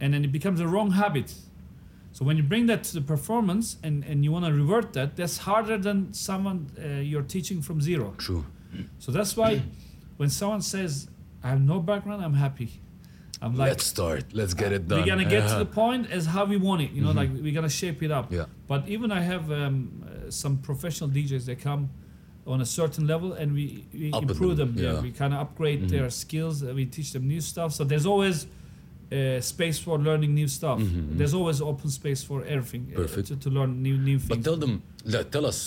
A: and then it becomes a wrong habit. So when you bring that to the performance and, and you want to revert that, that's harder than someone uh, you're teaching from zero.
B: True.
A: So that's why when someone says, "I have no background," I'm happy. I'm like,
B: let's start. Let's get it done.
A: we're gonna get
B: Yeah. Mm-hmm.
A: to the point as how we want it you know like we're gonna shape it up
B: Uh-huh. Yeah.
A: but even i have um, uh, some professional djs they come on a certain level and we, we
B: Up with
A: improve them.
B: them,
A: yeah.
B: yeah. Mm-hmm.
A: We kind of upgrade their skills. uh, We teach them new stuff. So there's always uh, space for learning new stuff. There's always open space for everything uh,
B: Mm-hmm, Perfect.
A: to, to learn new new things.
B: But tell them, le- tell us,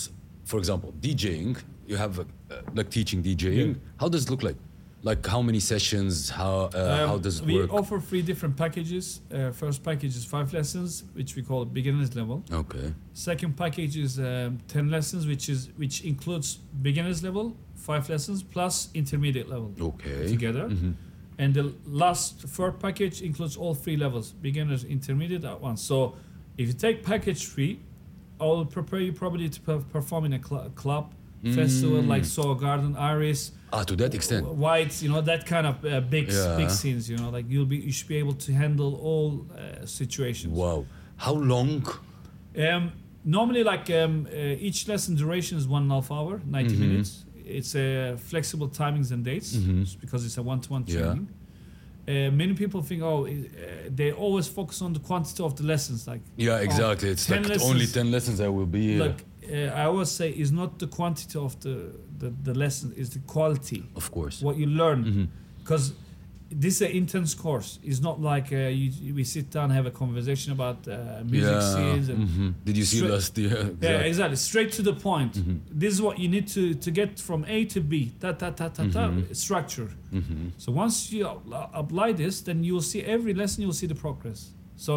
B: for example, DJing. You have uh, uh, like teaching DJing. How does it look like? Like how many sessions? How uh,
A: Um,
B: how does it
A: we
B: work?
A: offer three different packages. Uh, first package is five lessons, which we call beginners level.
B: okay.
A: Second package is um, ten lessons, which is which includes beginners level, five lessons plus intermediate level
B: Okay. Mm-hmm.
A: together. And the last third package includes all three levels: beginners, intermediate, at once. So, if you take package three, I will prepare you probably to per- perform in a cl- club
B: Mm.
A: festival like Soul Garden, Iris,
B: Ah, to that
A: Oh,
B: extent.
A: whites you know that kind of uh, big
B: Yeah.
A: big scenes you know like you'll be you should be able to handle all uh, situations
B: Wow. How long?
A: um normally like um, uh, each lesson duration is one and a half hour 90
B: Mm-hmm.
A: minutes it's uh, flexible timings and dates s- because it's a one-to-one
B: Mm-hmm. Yeah.
A: training uh, many people think oh i- uh, they always focus on the quantity of the lessons like
B: Yeah,
A: oh,
B: exactly. it's
A: 10
B: like only
A: lessons.
B: ten lessons. I will be. uh,
A: Look, uh, I always say it's not the quantity of the, the, the lesson, it's the quality.
B: of course.
A: what you
B: Mm-hmm.
A: learn because this is an intense course it's not like uh, you, we sit down have a conversation about uh, music scenes and
B: mhm. Did you see
A: Stra-
B: last year?
A: yeah, exactly. Straight to the point.
B: Mm-hmm.
A: This is what you need to, to get from A to B. Ta ta ta ta ta
B: Mm-hmm.
A: structure. So once you apl- apply this, then you will see every lesson. You will see the progress. So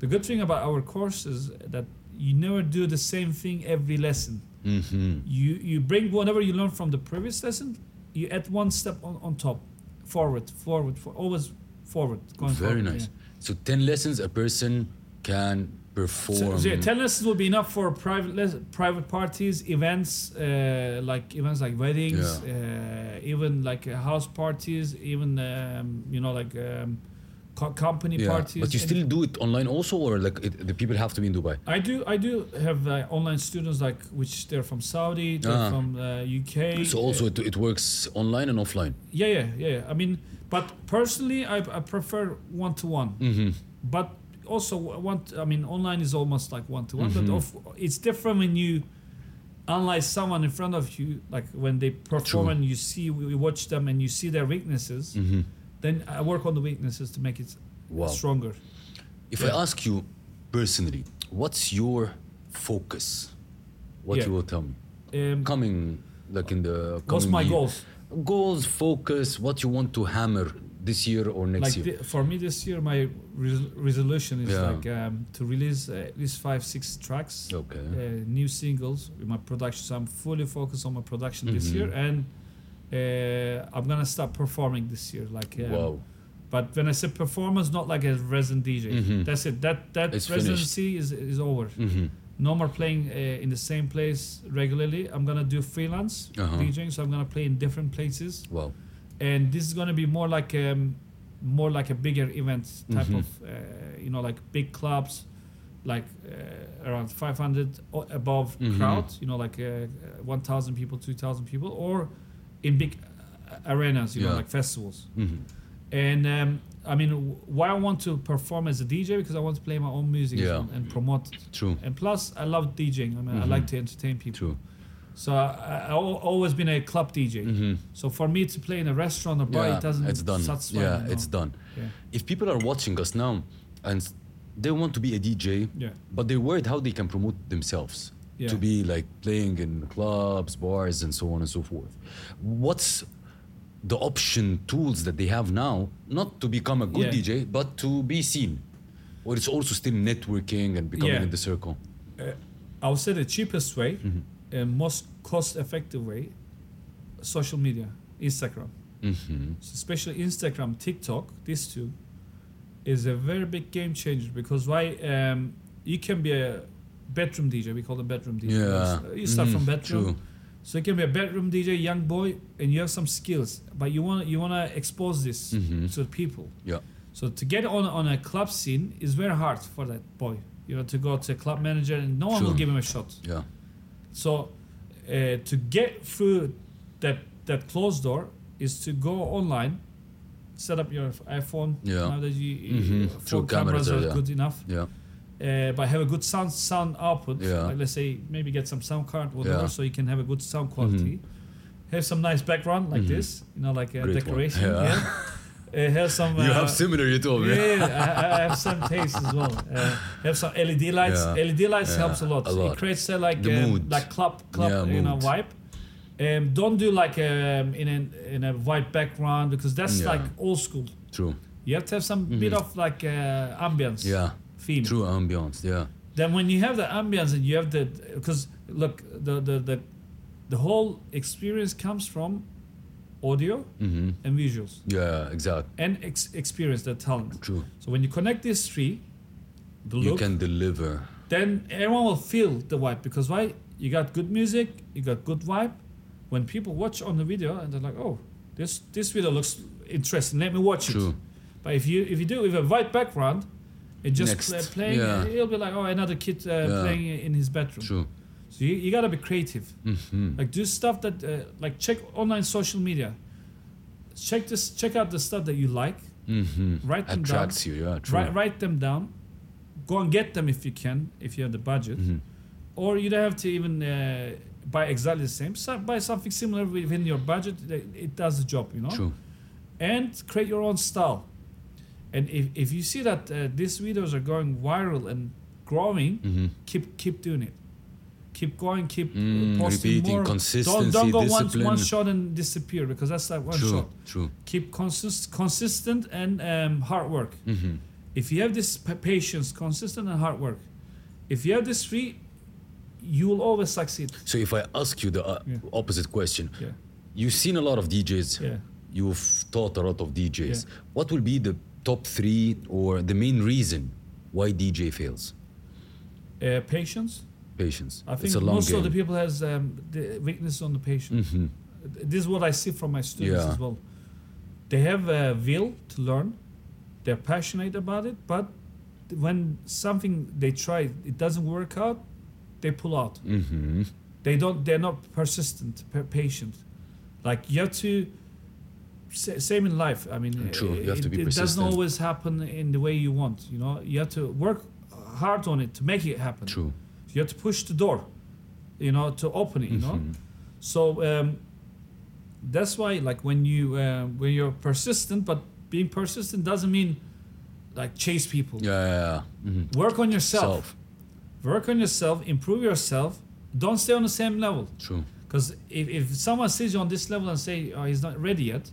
A: the good thing about our course is that you never do the same thing every lesson.
B: Mm-hmm.
A: You you bring whatever you learn from the previous lesson. You add one step on, on top, forward, forward, for, always forward. Going
B: Very
A: forward,
B: nice.
A: yeah.
B: So ten lessons a person can
A: So,
B: perform.
A: so yeah, ten lessons will be enough for private les- private parties, events uh, like events like weddings, uh, even like uh, house parties, even um, you know like um, co- company
B: Yeah.
A: parties.
B: But you
A: and-
B: still do it online also, or like it, the people have to be in Dubai?
A: I do. I do have uh, online students like which they're from Saudi, they're
B: Ah.
A: from uh, UK.
B: So also it, it works online and offline.
A: Yeah, yeah, yeah. yeah. I mean, but personally, I, I prefer one to
B: Mm-hmm.
A: one. But also, w- one. I mean, online is almost like one to one, but of,
B: Mm-hmm.
A: it's different when you, unlike someone in front of you, like when they perform
B: True.
A: and you see, we we watch them and you see their weaknesses.
B: Mm-hmm.
A: Then I work on the weaknesses to make it
B: Wow.
A: stronger.
B: If I ask you personally, what's your focus? What
A: Yeah.
B: you will tell me?
A: Um,
B: Coming like in the
A: what's
B: coming
A: my
B: year.
A: goals?
B: Goals, focus, what you want to hammer this year or next
A: Like
B: year.
A: thi- for me this year, my res- resolution is
B: Yeah. Oh,
A: like um, to release uh, at least five, six tracks.
B: okay.
A: uh, new singles with my production. So I'm fully focused on my production this
B: Mm-hmm.
A: year, and uh, I'm gonna start performing this year. Like, um,
B: wow.
A: but when I say performance, not like a resident DJ. That's it. That that
B: Mm-hmm. It's finished. Mm.
A: residency is is over.
B: Mm-hmm.
A: No more playing uh, in the same place regularly. I'm gonna do freelance
B: Uh-huh.
A: DJing, so I'm gonna play in different places,
B: Wow.
A: and this is gonna be more like um, more like a bigger event type
B: Mm-hmm.
A: of, uh, you know, like big clubs like uh, around 500 o- above
B: Mm-hmm.
A: crowd, you know, like uh, 1,000 people, 2,000 people, or in big uh, arenas, you
B: Yeah.
A: know, like festivals.
B: Mm-hmm.
A: And um, I mean, wh- why I want to perform as a DJ because I want to play my own music
B: Yeah. Mm-hmm.
A: and, and promote. it.
B: True.
A: And plus, I love DJing. I mean, I like to entertain people.
B: True.
A: So I, I al- always been a club DJ. So for me to play in a restaurant or bar,
B: Mm-hmm. yeah,
A: it doesn't
B: it's done.
A: satisfy me,
B: yeah,
A: no.
B: it's done.
A: Yeah.
B: If people are watching us now and s- they want to be a DJ,
A: Yeah.
B: but they're worried how they can promote themselves
A: Yeah.
B: to be like playing in clubs, bars, and so on and so forth. What's the option tools that they have now, not to become a good
A: Yeah.
B: DJ, but to be seen? Or it's also still networking and becoming
A: Yeah.
B: in the circle.
A: I would say the cheapest way
B: Mm-hmm.
A: and most cost effective way social media, Instagram.
B: Mm-hmm.
A: So especially Instagram, TikTok, these two is a very big game changer because why um, you can be a bedroom DJ, we call them bedroom DJ.
B: Yeah.
A: uh, You start from
B: Mhm,
A: bedroom.
B: true.
A: So you can be a bedroom DJ, young boy, and you have some skills, but you want you want to expose this to people.
B: Mm-hmm. Yeah.
A: So to get on on a club scene is very hard for that boy. You know, to go to a club manager and no one
B: Sure.
A: will give him a shot.
B: Yeah.
A: So uh, to get through that that closed door is to go online, set up your iPhone.
B: Yeah.
A: Now that you,
B: Mhm.
A: you
B: Through
A: phone cameras
B: cameras,
A: are
B: yeah.
A: good enough,
B: Yeah.
A: uh, but have a good sound sound output.
B: Yeah.
A: Like let's say maybe get some sound card whatever,
B: Yeah. Mm-hmm.
A: so you can have a good sound quality. Have some nice background like this, you know, like a
B: Great one.
A: decoration.
B: Yeah.
A: yeah. Uh, have some.
B: you
A: uh,
B: have similar, you told me.
A: yeah, I, I have some taste as well. Uh, have some LED lights.
B: Yeah.
A: LED lights
B: Yeah,
A: helps a lot.
B: a lot.
A: It creates a like
B: The
A: um,
B: mood.
A: like club club
B: Yeah,
A: you know
B: mood.
A: vibe. Um, don't do like um, in an, in a white background because that's
B: Yeah.
A: like old school.
B: True.
A: You have to have some bit of like uh, ambience
B: Yeah.
A: theme.
B: True ambience. Yeah.
A: Then when you have the ambience and you have the because look the the the the whole experience comes from audio
B: Mm-hmm.
A: and visuals
B: Yeah. Exact.
A: and ex- experience the talent.
B: True.
A: So when you connect these three, the
B: You
A: look,
B: can deliver.
A: then everyone will feel the vibe because why? You got good music, you got good vibe. When people watch on the video and they're like, "Oh, this this video looks interesting. Let me watch
B: True.
A: it." But if you if you do with a white background, it just
B: Next.
A: pla- playing,
B: Yeah.
A: it'll be like, "Oh, another kid uh,
B: Yeah.
A: playing in his bedroom."
B: True.
A: So you, you gotta be creative.
B: Mm-hmm.
A: Like do stuff that uh, like check online social media. Check this. Check out the stuff that you like.
B: Mm-hmm.
A: Write them down.
B: Attracts you. Yeah. True.
A: Write, write them down. Go and get them if you can, if you have the budget,
B: Mhm.
A: or you don't have to even uh, buy exactly the same. So buy something similar within your budget. It it does the job, you know.
B: True.
A: And create your own style. And if, if you see that uh, these videos are going viral and growing,
B: Mm-hmm.
A: keep keep doing it. Keep going. Keep uh,
B: Mm,
A: posting
B: repeating,
A: more.
B: consistency,
A: don't, don't go
B: discipline.
A: One, one shot and disappear because that's like one
B: True.
A: shot.
B: True.
A: Keep consist- consistent and um, hard work
B: Mm-hmm.
A: if you have this pa- patience consistent and hard work if you have this three you will always succeed
B: So if I ask you the uh,
A: Yeah.
B: opposite question,
A: yeah
B: you've seen a lot of DJs.
A: Yeah.
B: You've taught a lot of DJs.
A: Yeah.
B: What will be the top three or the main reason why DJ fails?
A: uh, patience
B: Patience.
A: i think
B: it's a long
A: most
B: game.
A: of the people has um, the weakness on the patience
B: Mhm.
A: this is what i see from my students
B: Yeah.
A: as well they have a will to learn they're passionate about it but when something they try it doesn't work out they pull out
B: Mhm.
A: they don't they're not persistent per- patient like you have to sa- same in life i mean
B: True, you have
A: it,
B: to be
A: it doesn't
B: persistent.
A: always happen in the way you want you know you have to work hard on it to make it happen
B: True.
A: you have to push the door you know to open it you know
B: Mm-hmm.
A: so um, that's why like when you uh, when you're persistent but being persistent doesn't mean like chase people
B: Yeah. yeah, yeah. Mhm.
A: work on yourself
B: Self.
A: work on yourself improve yourself don't stay on the same level
B: True.
A: because if, if someone sees you on this level and say oh, he's not ready yet,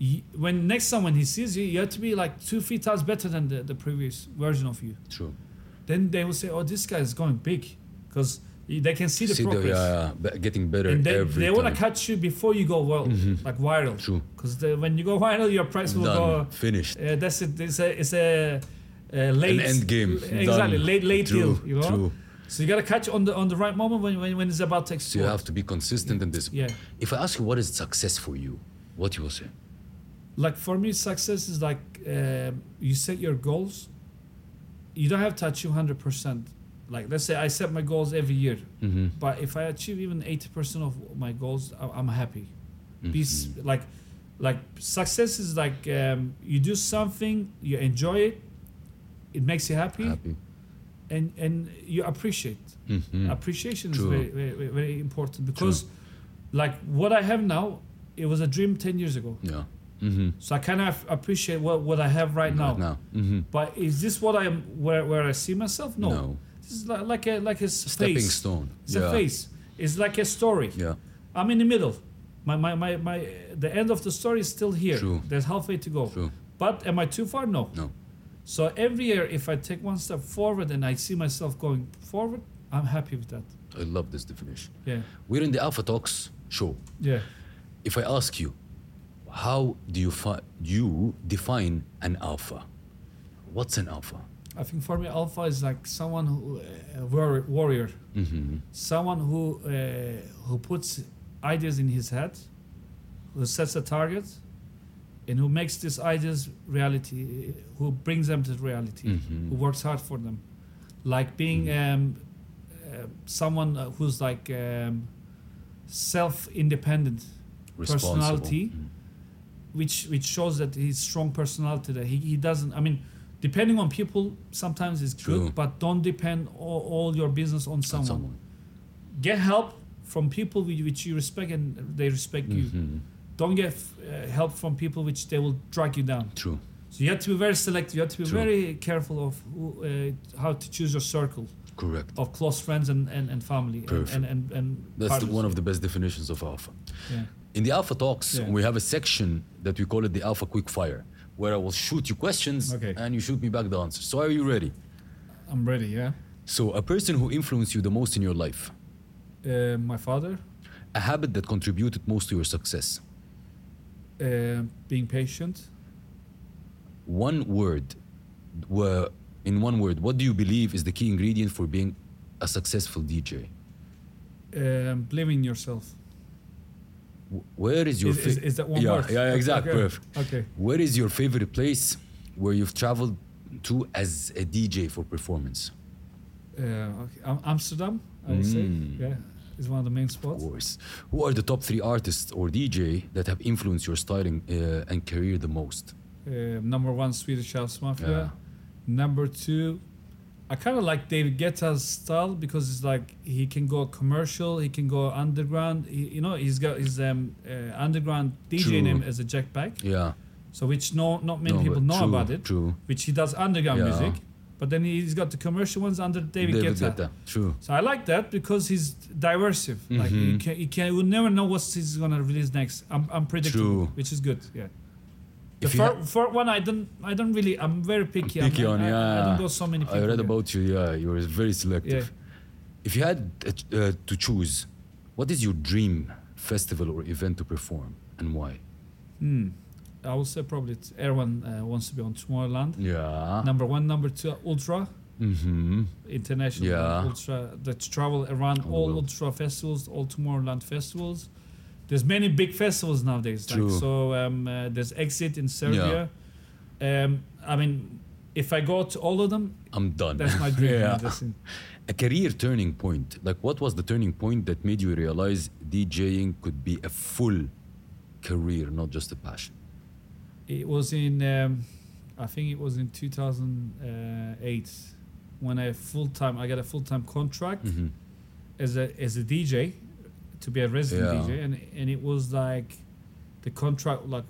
A: y when next someone he sees you, you have to be like two, three times better than the, the previous version of you.
B: True.
A: Then they will say, oh, this guy is going big because they can see the
B: See the,
A: progress.
B: yeah, yeah, be- getting better
A: And they,
B: every
A: they
B: time. Mm-hmm.
A: want to catch you before you go viral, like viral.
B: True.
A: Because when you go viral, your price will
B: Done.
A: go.
B: Finished.
A: Uh, that's it. It's a, it's a uh, late
B: An end game.
A: Exactly,
B: Done.
A: late late
B: True,
A: deal. You know.
B: True.
A: So you gotta catch on the on the right moment when when, when it's about to
B: So
A: explode.
B: you have to be consistent in this.
A: Yeah.
B: If I ask you what is success for you, what you will say?
A: like for me success is like um, you set your goals you don't have to achieve 100% like let's say i set my goals every year
B: Mm-hmm.
A: but if i achieve even 80% of my goals I- i'm happy be
B: Mm-hmm.
A: s- like like success is like um, you do something you enjoy it it makes you happy,
B: Happy.
A: and and you appreciate
B: Mhm.
A: Mm. appreciation
B: True.
A: is very, very very important because like what i have now it was a dream 10 years ago
B: Yeah. Mm-hmm.
A: so I kind of appreciate what, what I have right now.
B: Now. Mm-hmm.
A: But is this what I'm where, where I see myself? No.
B: No.
A: This is like, like a like a s-
B: Stepping
A: face.
B: stone.
A: It's
B: yeah.
A: a face. It's like a story.
B: Yeah.
A: I'm in the middle. My, my my my the end of the story is still here.
B: True.
A: There's halfway to go.
B: True.
A: But am I too far? No.
B: No.
A: So every year if I take one step forward and I see myself going forward, I'm happy with that.
B: I love this definition.
A: Yeah.
B: We're in the Alpha Talks show.
A: Yeah.
B: If I ask you, how do you fi- you define an alpha? What's an alpha?
A: I think for me, alpha is like someone who uh, war- warrior, Mm-hmm. someone who uh, who puts ideas in his head, who sets a target, and who makes these ideas reality, who brings them to reality, who works hard for them, like being um, uh, someone uh, who's like um, self-independent
B: Responsible.
A: personality which which shows that he's strong personality that he, he doesn't i mean depending on people sometimes is good,
B: True.
A: but don't depend all, all your business on someone.
B: someone.
A: Get help from people which, which you respect and they respect
B: Mm-hmm.
A: you. Don't get uh, help from people which they will drag you down.
B: True.
A: So you have to be very selective. You have to be
B: True.
A: very careful of who, uh, how to choose your circle
B: Correct.
A: of close friends and, and, and family and-
B: Perfect.
A: and and, and
B: That's the,
A: partners.
B: one of the best definitions of alpha.
A: Yeah.
B: In the alpha talks,
A: Yeah.
B: we have a section that we call it the alpha quick fire, where I will shoot you questions
A: Okay.
B: and you shoot me back the answers. So are you ready?
A: I'm ready. Yeah.
B: So a person who influenced you the most in your life,
A: Uh, my father,
B: a habit that contributed most to your success,
A: uh, being patient.
B: one word, wha- in one word, what do you believe is the key ingredient for being a successful DJ?
A: Um, believe in yourself.
B: Wh- Where is your
A: Is, is,
B: fa-
A: is that one
B: yeah,
A: word?
B: Yeah, yeah, exact,
A: Okay.
B: perfect.
A: Okay.
B: Where is your favorite place where you've traveled to as a DJ for performance?
A: Uh, okay. Am- Amsterdam, I would
B: Mm.
A: say. Yeah, is one of the main spots.
B: course. Who are the top three artists or DJ that have influenced your styling uh, and career the most?
A: Uh, number one, Swedish House Mafia.
B: Yeah.
A: Number two, I kind of like David Guetta's style because it's like he can go commercial, he can go underground. He, you know, he's got his um, uh, underground DJ
B: True.
A: name as a Jack Back,
B: Yeah.
A: so which no, not many
B: No,
A: people
B: but
A: know
B: true,
A: about it.
B: True.
A: Which he does underground
B: Yeah.
A: music, but then he's got the commercial ones under David, Guetta.
B: True.
A: So I like that because he's diverse. Like
B: Mm-hmm.
A: you can, you can, you will never know what he's gonna release next. I'm, I'm predictable,
B: True.
A: which is good. Yeah. The
B: If you
A: fir- first one, I don't, I don't really. I'm very picky. I'm-
B: Picky
A: I-
B: on,
A: I, I,
B: yeah.
A: don't go so many people.
B: I read
A: yeah.
B: about you. Yeah, you were very selective.
A: Yeah.
B: If you had uh, uh, to choose, what is your dream festival or event to perform and why?
A: Hmm. I will say probably it's everyone uh, wants to be on Tomorrowland.
B: Yeah.
A: Number one, number two, Ultra
B: Mm-hmm.
A: International
B: Yeah.
A: Ultra that travel around
B: the
A: all
B: world.
A: Ultra festivals, all Tomorrowland festivals. There's many big festivals nowadays.
B: True.
A: Like, so um, uh, there's Exit in Serbia. Um, I mean, if I go to all of them,
B: I'm done.
A: that's my dream.
B: Yeah.
A: That's it.
B: A career turning point. Like, what was the turning point that made you realize DJing could be a full career, not just a passion?
A: It was in, um, I think it was in 2008 when I full time. I got a full time contract
B: Mm-hmm.
A: as a as a DJ to be a resident
B: Yeah.
A: DJ, and and it was like the contract like.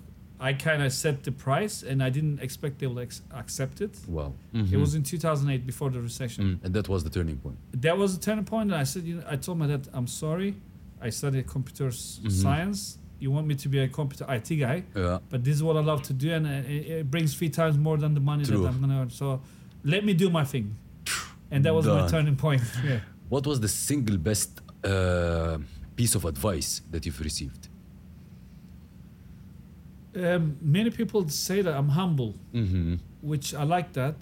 A: I kind of set the price, and I didn't expect they will ex- accept it.
B: Wow.
A: It was in 2008, before the recession.
B: Mm-hmm. Mm, and that was the turning point.
A: that was a turning point and i said you know, i told my dad i'm sorry i studied computer s-
B: Mhm.
A: science you want me to be a computer it guy
B: Yeah.
A: but this is what i love to do and it, it it brings three times more than the money
B: True.
A: that i'm gonna earn so let me do my thing and that was my
B: Done.
A: turning point yeah
B: What was the single best uh, piece of advice that you've received?
A: um, many people say that i'm humble
B: Mm-hmm.
A: which i like that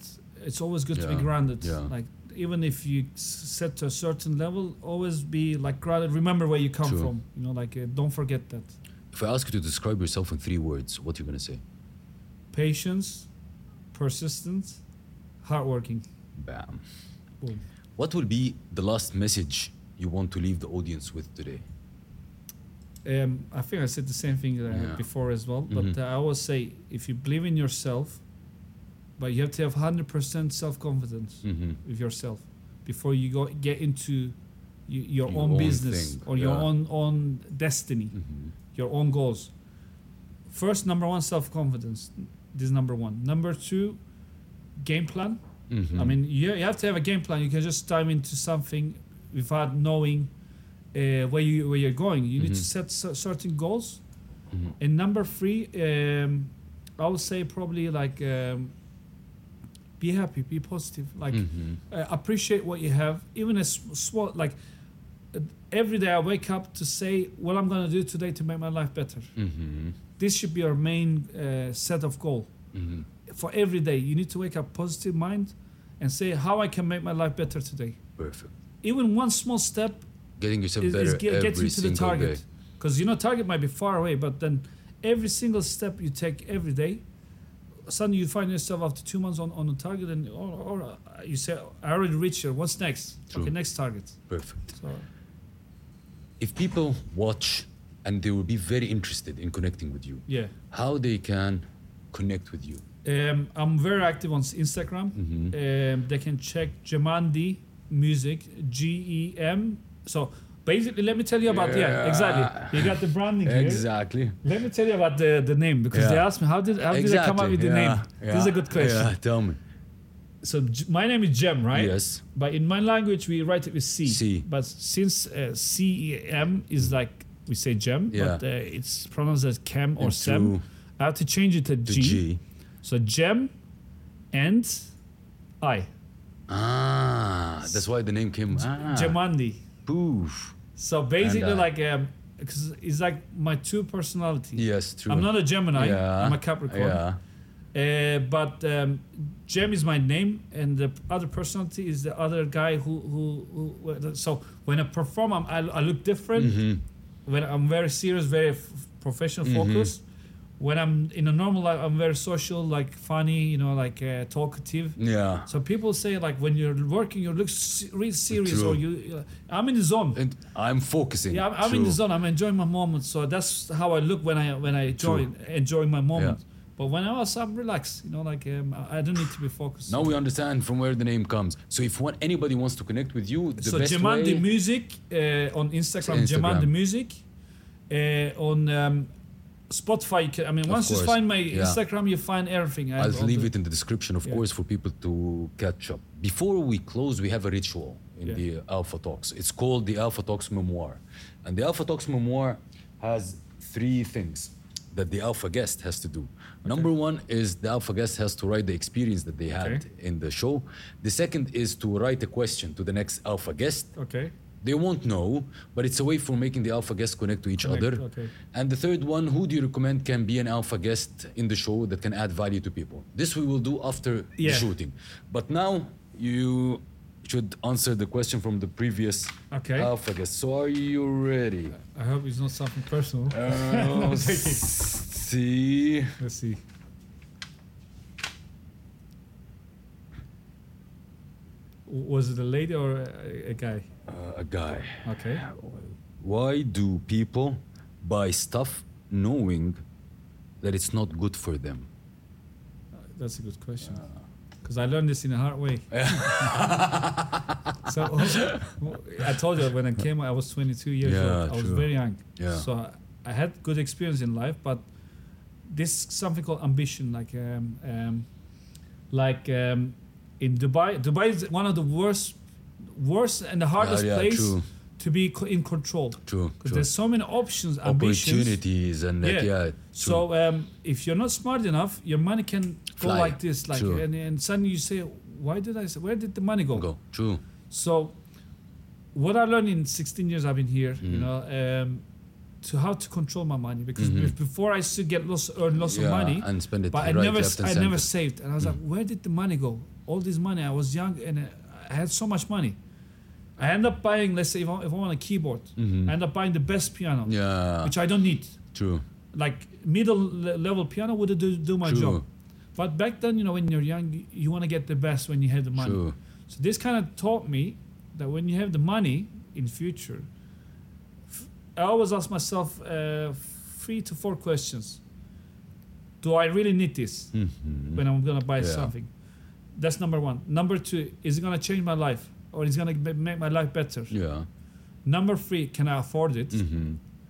A: it's always good to be
B: Yeah,
A: grounded
B: yeah.
A: like even if you s- set to a certain level always be like grounded remember where you come
B: True.
A: from you know like uh, don't forget that
B: If I ask you to describe yourself in three words, what are you going to say?
A: patience, persistence, hardworking.
B: Bam.
A: Boom.
B: What will be the last message you want to leave the audience with today?
A: Um, I think I said the same thing uh,
B: Yeah.
A: before as well, but
B: Mhm.
A: uh, I always say if you believe in yourself, but you have to have hundred percent self confidence
B: Mm-hmm.
A: with yourself before you go get into y- your,
B: Your
A: own
B: own
A: business
B: thing,
A: or your
B: yeah.
A: own own destiny,
B: Mm-hmm.
A: your own goals. First, number one, self confidence. This is number one. Number two, game plan.
B: Mm-hmm.
A: I mean, you, you have to have a game plan. You can just dive into something without knowing uh, where you where you're going. You need to set cer- certain goals.
B: Mhm.
A: And number three, um, I would say probably like um, be happy, be positive, like
B: hmm
A: uh, appreciate what you have, even a sm- small like. uh, Every day I wake up to say what I'm gonna do today to make my life better.
B: hmm
A: This should be our main uh, set of goal
B: hmm
A: for every day. You need to wake up positive mind and say how I can make my life better today.
B: Perfect.
A: Even one small step
B: Getting yourself
A: is,
B: better
A: is get,
B: every
A: gets you to the
B: single
A: target.
B: day.
A: Because you know target might be far away, but then every single step you take every day, suddenly you find yourself after two months on, on a target, and or, or uh, you say I already reached here. What's next?
B: True.
A: Okay, next target.
B: Perfect.
A: So
B: If people watch and they will be very interested in connecting with you,
A: yeah.
B: how they can connect with you?
A: Um, I'm very active on s- Instagram.
B: Mm-hmm.
A: Um, they can check Gemandi Music, G E M. So basically, let me tell you about yeah,
B: Yeah.
A: exactly. You got the branding here.
B: Exactly.
A: Let me tell you about the, the name because they
B: Yeah.
A: asked me how did how did I come up
B: Exactly.
A: with the name. This is a good question.
B: Yeah, tell me.
A: So J- my name is Gem, right?
B: Yes.
A: But in my language, we write it with C.
B: C.
A: But since uh, C E M is like we say Gem,
B: Yeah.
A: but uh, it's pronounced as Chem or
B: And
A: Sem.
B: to-
A: I have to change it to
B: The
A: G.
B: G.
A: So Gem and I.
B: Ah, that's why the name came. Ah,
A: Gemandi.
B: poof.
A: So basically,
B: And I.
A: like um, cause it's like my two personalities.
B: Yes, true.
A: I'm not a Gemini.
B: Yeah.
A: I'm a Capricorn.
B: Yeah.
A: Uh, but um, Jem is my name, and the other personality is the other guy who who. who so when I perform, I'm, I, I look different.
B: Mm-hmm.
A: When I'm very serious, very f- professional, focused. When I'm in a normal life, I'm very social, like funny, you know, like uh, talkative.
B: Yeah.
A: So people say like when you're working, you look se- really serious,
B: True.
A: or you. uh, I'm in the zone.
B: And I'm focusing.
A: Yeah, I'm, I'm in
B: True.
A: the zone. I'm enjoying my moment. So that's how I look when I when I join, enjoying my moment. But when I was, I'm relaxed. You know, like um, I I don't need to be focused.
B: Now we understand from where the name comes. So if one, anybody wants to connect with you, the
A: so
B: best
A: Jemandi
B: way.
A: Music uh, on Instagram,
B: It's Instagram.
A: Jemandi Music uh, on um, Spotify. you can- I mean, once you
B: course,
A: find my
B: yeah.
A: Instagram, you find everything. I
B: I'll
A: have all
B: leave
A: the-
B: it in the description, of
A: Yeah.
B: course, for people to catch up. Before we close, we have a ritual in
A: Yeah.
B: the Alpha Talks. It's called the Alpha Talks Memoir. And the Alpha Talks Memoir has three things that the Alpha guest has to do. Number one is the Alpha guest has to write the experience that they had
A: Okay.
B: in the show. The second is to write a question to the next Alpha guest.
A: Okay.
B: They won't know, but it's a way for making the alpha guests connect to each
A: Connect,
B: other.
A: okay.
B: And the third one, who do you recommend can be an alpha guest in the show that can add value to people? This we will do after
A: Yeah.
B: the shooting. But now you should answer the question from the previous
A: Okay.
B: alpha guest. So are you ready?
A: I hope it's not something personal.
B: Uh,
A: I'm joking.
B: see.
A: Let's see. W- Was it a lady or a, a guy?
B: Uh, a guy.
A: Okay.
B: Why do people buy stuff knowing that it's not good for them?
A: That's a good question. Because I learned this in a hard way. so I told you when I came, I was 22 years
B: Yeah,
A: old. I was
B: true.
A: very young.
B: Yeah.
A: So I- I had good experience in life, but this something called ambition, like um, um, like um, in Dubai. Dubai is one of the worst, worst and the hardest
B: yeah,
A: place
B: true.
A: to be co- in control.
B: True.
A: Because
B: true.
A: there's so many options, ambitions.
B: opportunities and like, yeah. true.
A: So um, if you're not smart enough, your money can
B: Fly.
A: go like this, like,
B: True.
A: and, and suddenly you say, "Why did I? s- Where did the money go?"
B: go true.
A: So, what I learned in 16 years I've been here,
B: Mm-hmm.
A: you know, um, to how to control my money because be- before I used to get lots, earn lots
B: Mm-hmm. Yeah,
A: of money,
B: and spend it
A: but I
B: right,
A: never,
B: left, and
A: I never
B: center.
A: saved, and I was like,
B: Mm.
A: "Where did the money go? All this money? I was young and uh, I had so much money." I end up buying, let's say, if I, if I want a keyboard, I end up buying the best piano,
B: Mm-hmm. Yeah,
A: which I don't need
B: true.
A: like middle le- level piano would do, do my
B: True.
A: job. But back then, you know, when you're young, y- you want to get the best when you have the money.
B: True.
A: So this kind of taught me that when you have the money in future, f- I always ask myself uh, three to four questions. Do I really need this
B: Mm-hmm.
A: when I'm gonna buy
B: Yeah.
A: something? That's number one. Number two, is it gonna change my life or is it gonna ma- make my life better?
B: Yeah, Mm. mm-hmm.
A: Number three, can I afford it?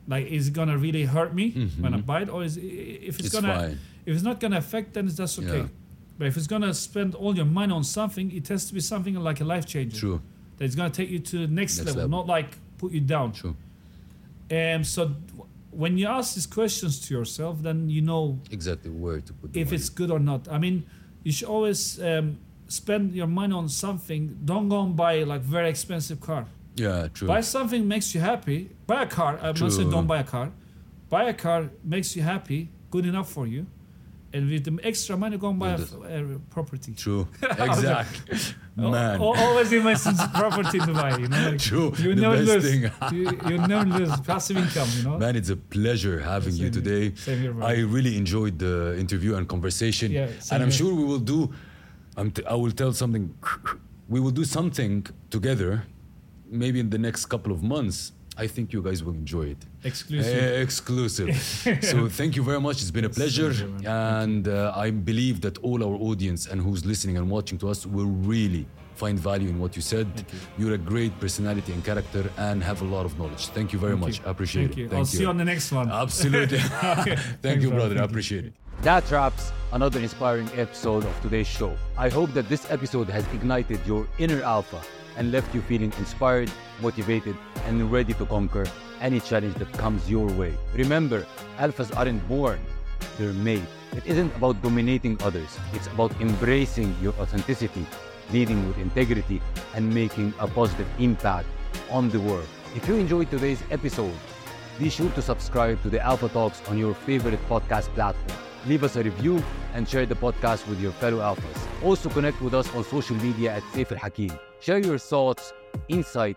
A: Like, is it gonna really hurt me when I buy it, or is if it's,
B: It's
A: gonna
B: fine.
A: if it's not gonna affect, then that's okay.
B: Yeah.
A: But if it's gonna spend all your money on something, it has to be something like a life changer.
B: true,
A: That it's gonna take you to the next,
B: Next
A: level,
B: level.
A: not like put you down.
B: true.
A: Um, so w- when you ask these questions to yourself, then you know
B: Exactly where to put. the
A: if
B: money.
A: it's good or not. I mean, you should always um, spend your money on something. Don't go and buy like very expensive car.
B: yeah, true.
A: Buy something makes you happy. Buy a car. I'm not saying
B: True.
A: don't buy a car. Buy a car makes you happy, good enough for you, and with the extra money, go and buy a,
B: Good.
A: f- a property.
B: True, exactly. Man,
A: Al- always invest in property in Dubai. You know, like,
B: True,
A: oh. You
B: the
A: never
B: best
A: lose.
B: thing.
A: you, you never lose passive income. You know.
B: man, it's a pleasure having you
A: Same here.
B: today.
A: Same here, bro.
B: I really enjoyed the interview and conversation,
A: Yeah, same
B: and I'm
A: here.
B: sure we will do. I'm t- I will tell something. We will do something together, maybe in the next couple of months.
C: I think you guys will enjoy it.
A: Exclusive.
C: Eh, exclusive. so thank you very much. It's been a pleasure,
A: pleasure, man.
C: and uh, I believe that all our audience and who's listening and watching to us will really find value in what you said. You. are a great personality and character, and have a lot of knowledge. Thank you very much. I appreciate
A: Thank
C: it.
A: you. I'll see you on the next one.
C: Absolutely. thank
A: Thanks,
C: you,
A: bro.
C: brother. I
A: Thank you.
C: appreciate it.
B: That wraps another inspiring episode of today's show. I hope that this episode has ignited your inner alpha and left you feeling inspired, motivated, and ready to conquer any challenge that comes your way. Remember, alphas aren't born, they're made. It isn't about dominating others, it's about embracing your authenticity, leading with integrity, and making a positive impact on the world. If you enjoyed today's episode, be sure to subscribe to the Alpha Talks on your favorite podcast platform. Leave us a review and share the podcast with your fellow alphas. Also connect with us on social media at Safer Hakim. Share your thoughts, insight,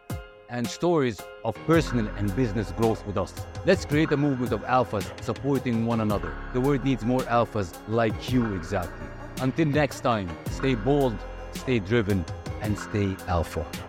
B: and stories of personal and business growth with us. Let's create a movement of alphas supporting one another. The world needs more alphas like you exactly. Until next time, stay bold, stay driven, and stay alpha.